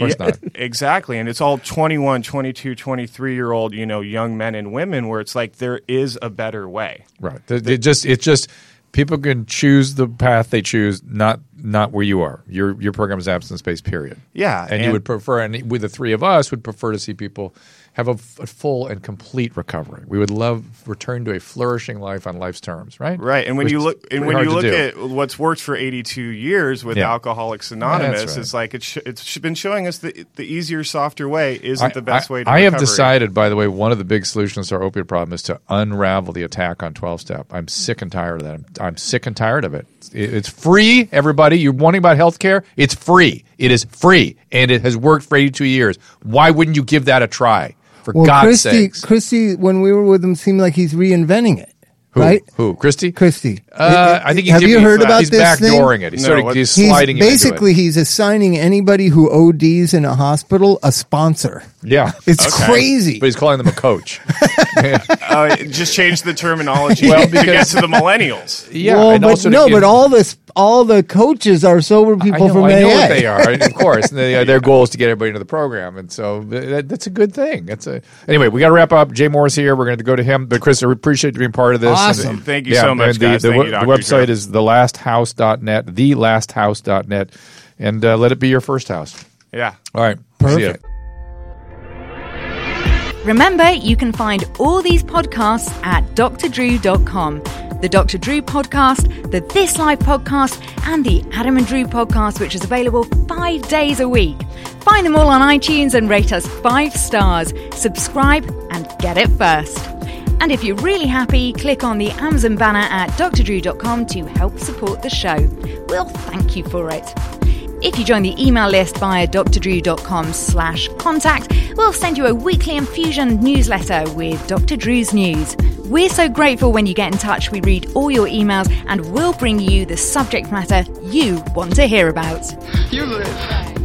yeah, Exactly. And it's all 21, 22, 23 year old, you know, young men and women where it's like there is a better way. Right. Th- It just it just people can choose the path they choose, not not where you are. Your your program is abstinence based. Period. Yeah, and, you and- would prefer, and with the three of us, would prefer to see people have a, f- a full and complete recovery. We would love return to a flourishing life on life's terms. Right. Right. And when Which you is look and pretty when hard you to look do. at what's worked for 82 years with Yeah. Alcoholics Yeah, Anonymous, that's it's like it's sh- it's sh- been showing us that the easier, softer way isn't I- the best I, way to I have recovery. decided, by the way, one of the big solutions to our opiate problem is to unravel the attack on 12 step. I'm sick and tired of that. I'm, I'm sick and tired of it. It- It's free, everybody. You're wanting about health care? It's free. It is free. And it has worked for 82 years. Why wouldn't you give that a try? For God's Christy, sake. Christy, when we were with him, seemed like he's reinventing it. right? Who? Christie? Christie. Uh, I think he Have did- you he's heard not- about he's this thing? backdooring it. He's No, sort of- what- he's sliding him into it. Basically, he's assigning anybody who ODs in a hospital a sponsor. Yeah, It's crazy. But he's calling them a coach. uh, just change the terminology Well, to get because- to the millennials. Well, but no, but all this, all the coaches are sober people I know, from I AA. know what they are, and of course. And they, their goal is to get everybody into the program, and so uh, that, that's a good thing. That's a anyway. We got to wrap up. Jay Moore's here. We're going to go to him. But Chris, I appreciate you being part of this. Awesome. And- Thank you so much, and the, guys. The, Thank we- you, the Dr. website Joe. is thelasthouse.net. Thelasthouse.net, and uh, let it be your first house. Yeah. All right. See ya. Perfect. Remember, you can find all these podcasts at drdrew.com. The Dr. Drew podcast, the This Life podcast, and the Adam and Drew podcast, which is available five days a week. Find them all on iTunes and rate us five stars. Subscribe and get it first. And if you're really happy, click on the Amazon banner at drdrew.com to help support the show. We'll thank you for it. If you join the email list via drdrew.com slash contact, we'll send you a weekly infusion newsletter with Dr. Drew's news. We're so grateful when you get in touch. We read all your emails and we'll bring you the subject matter you want to hear about. You live.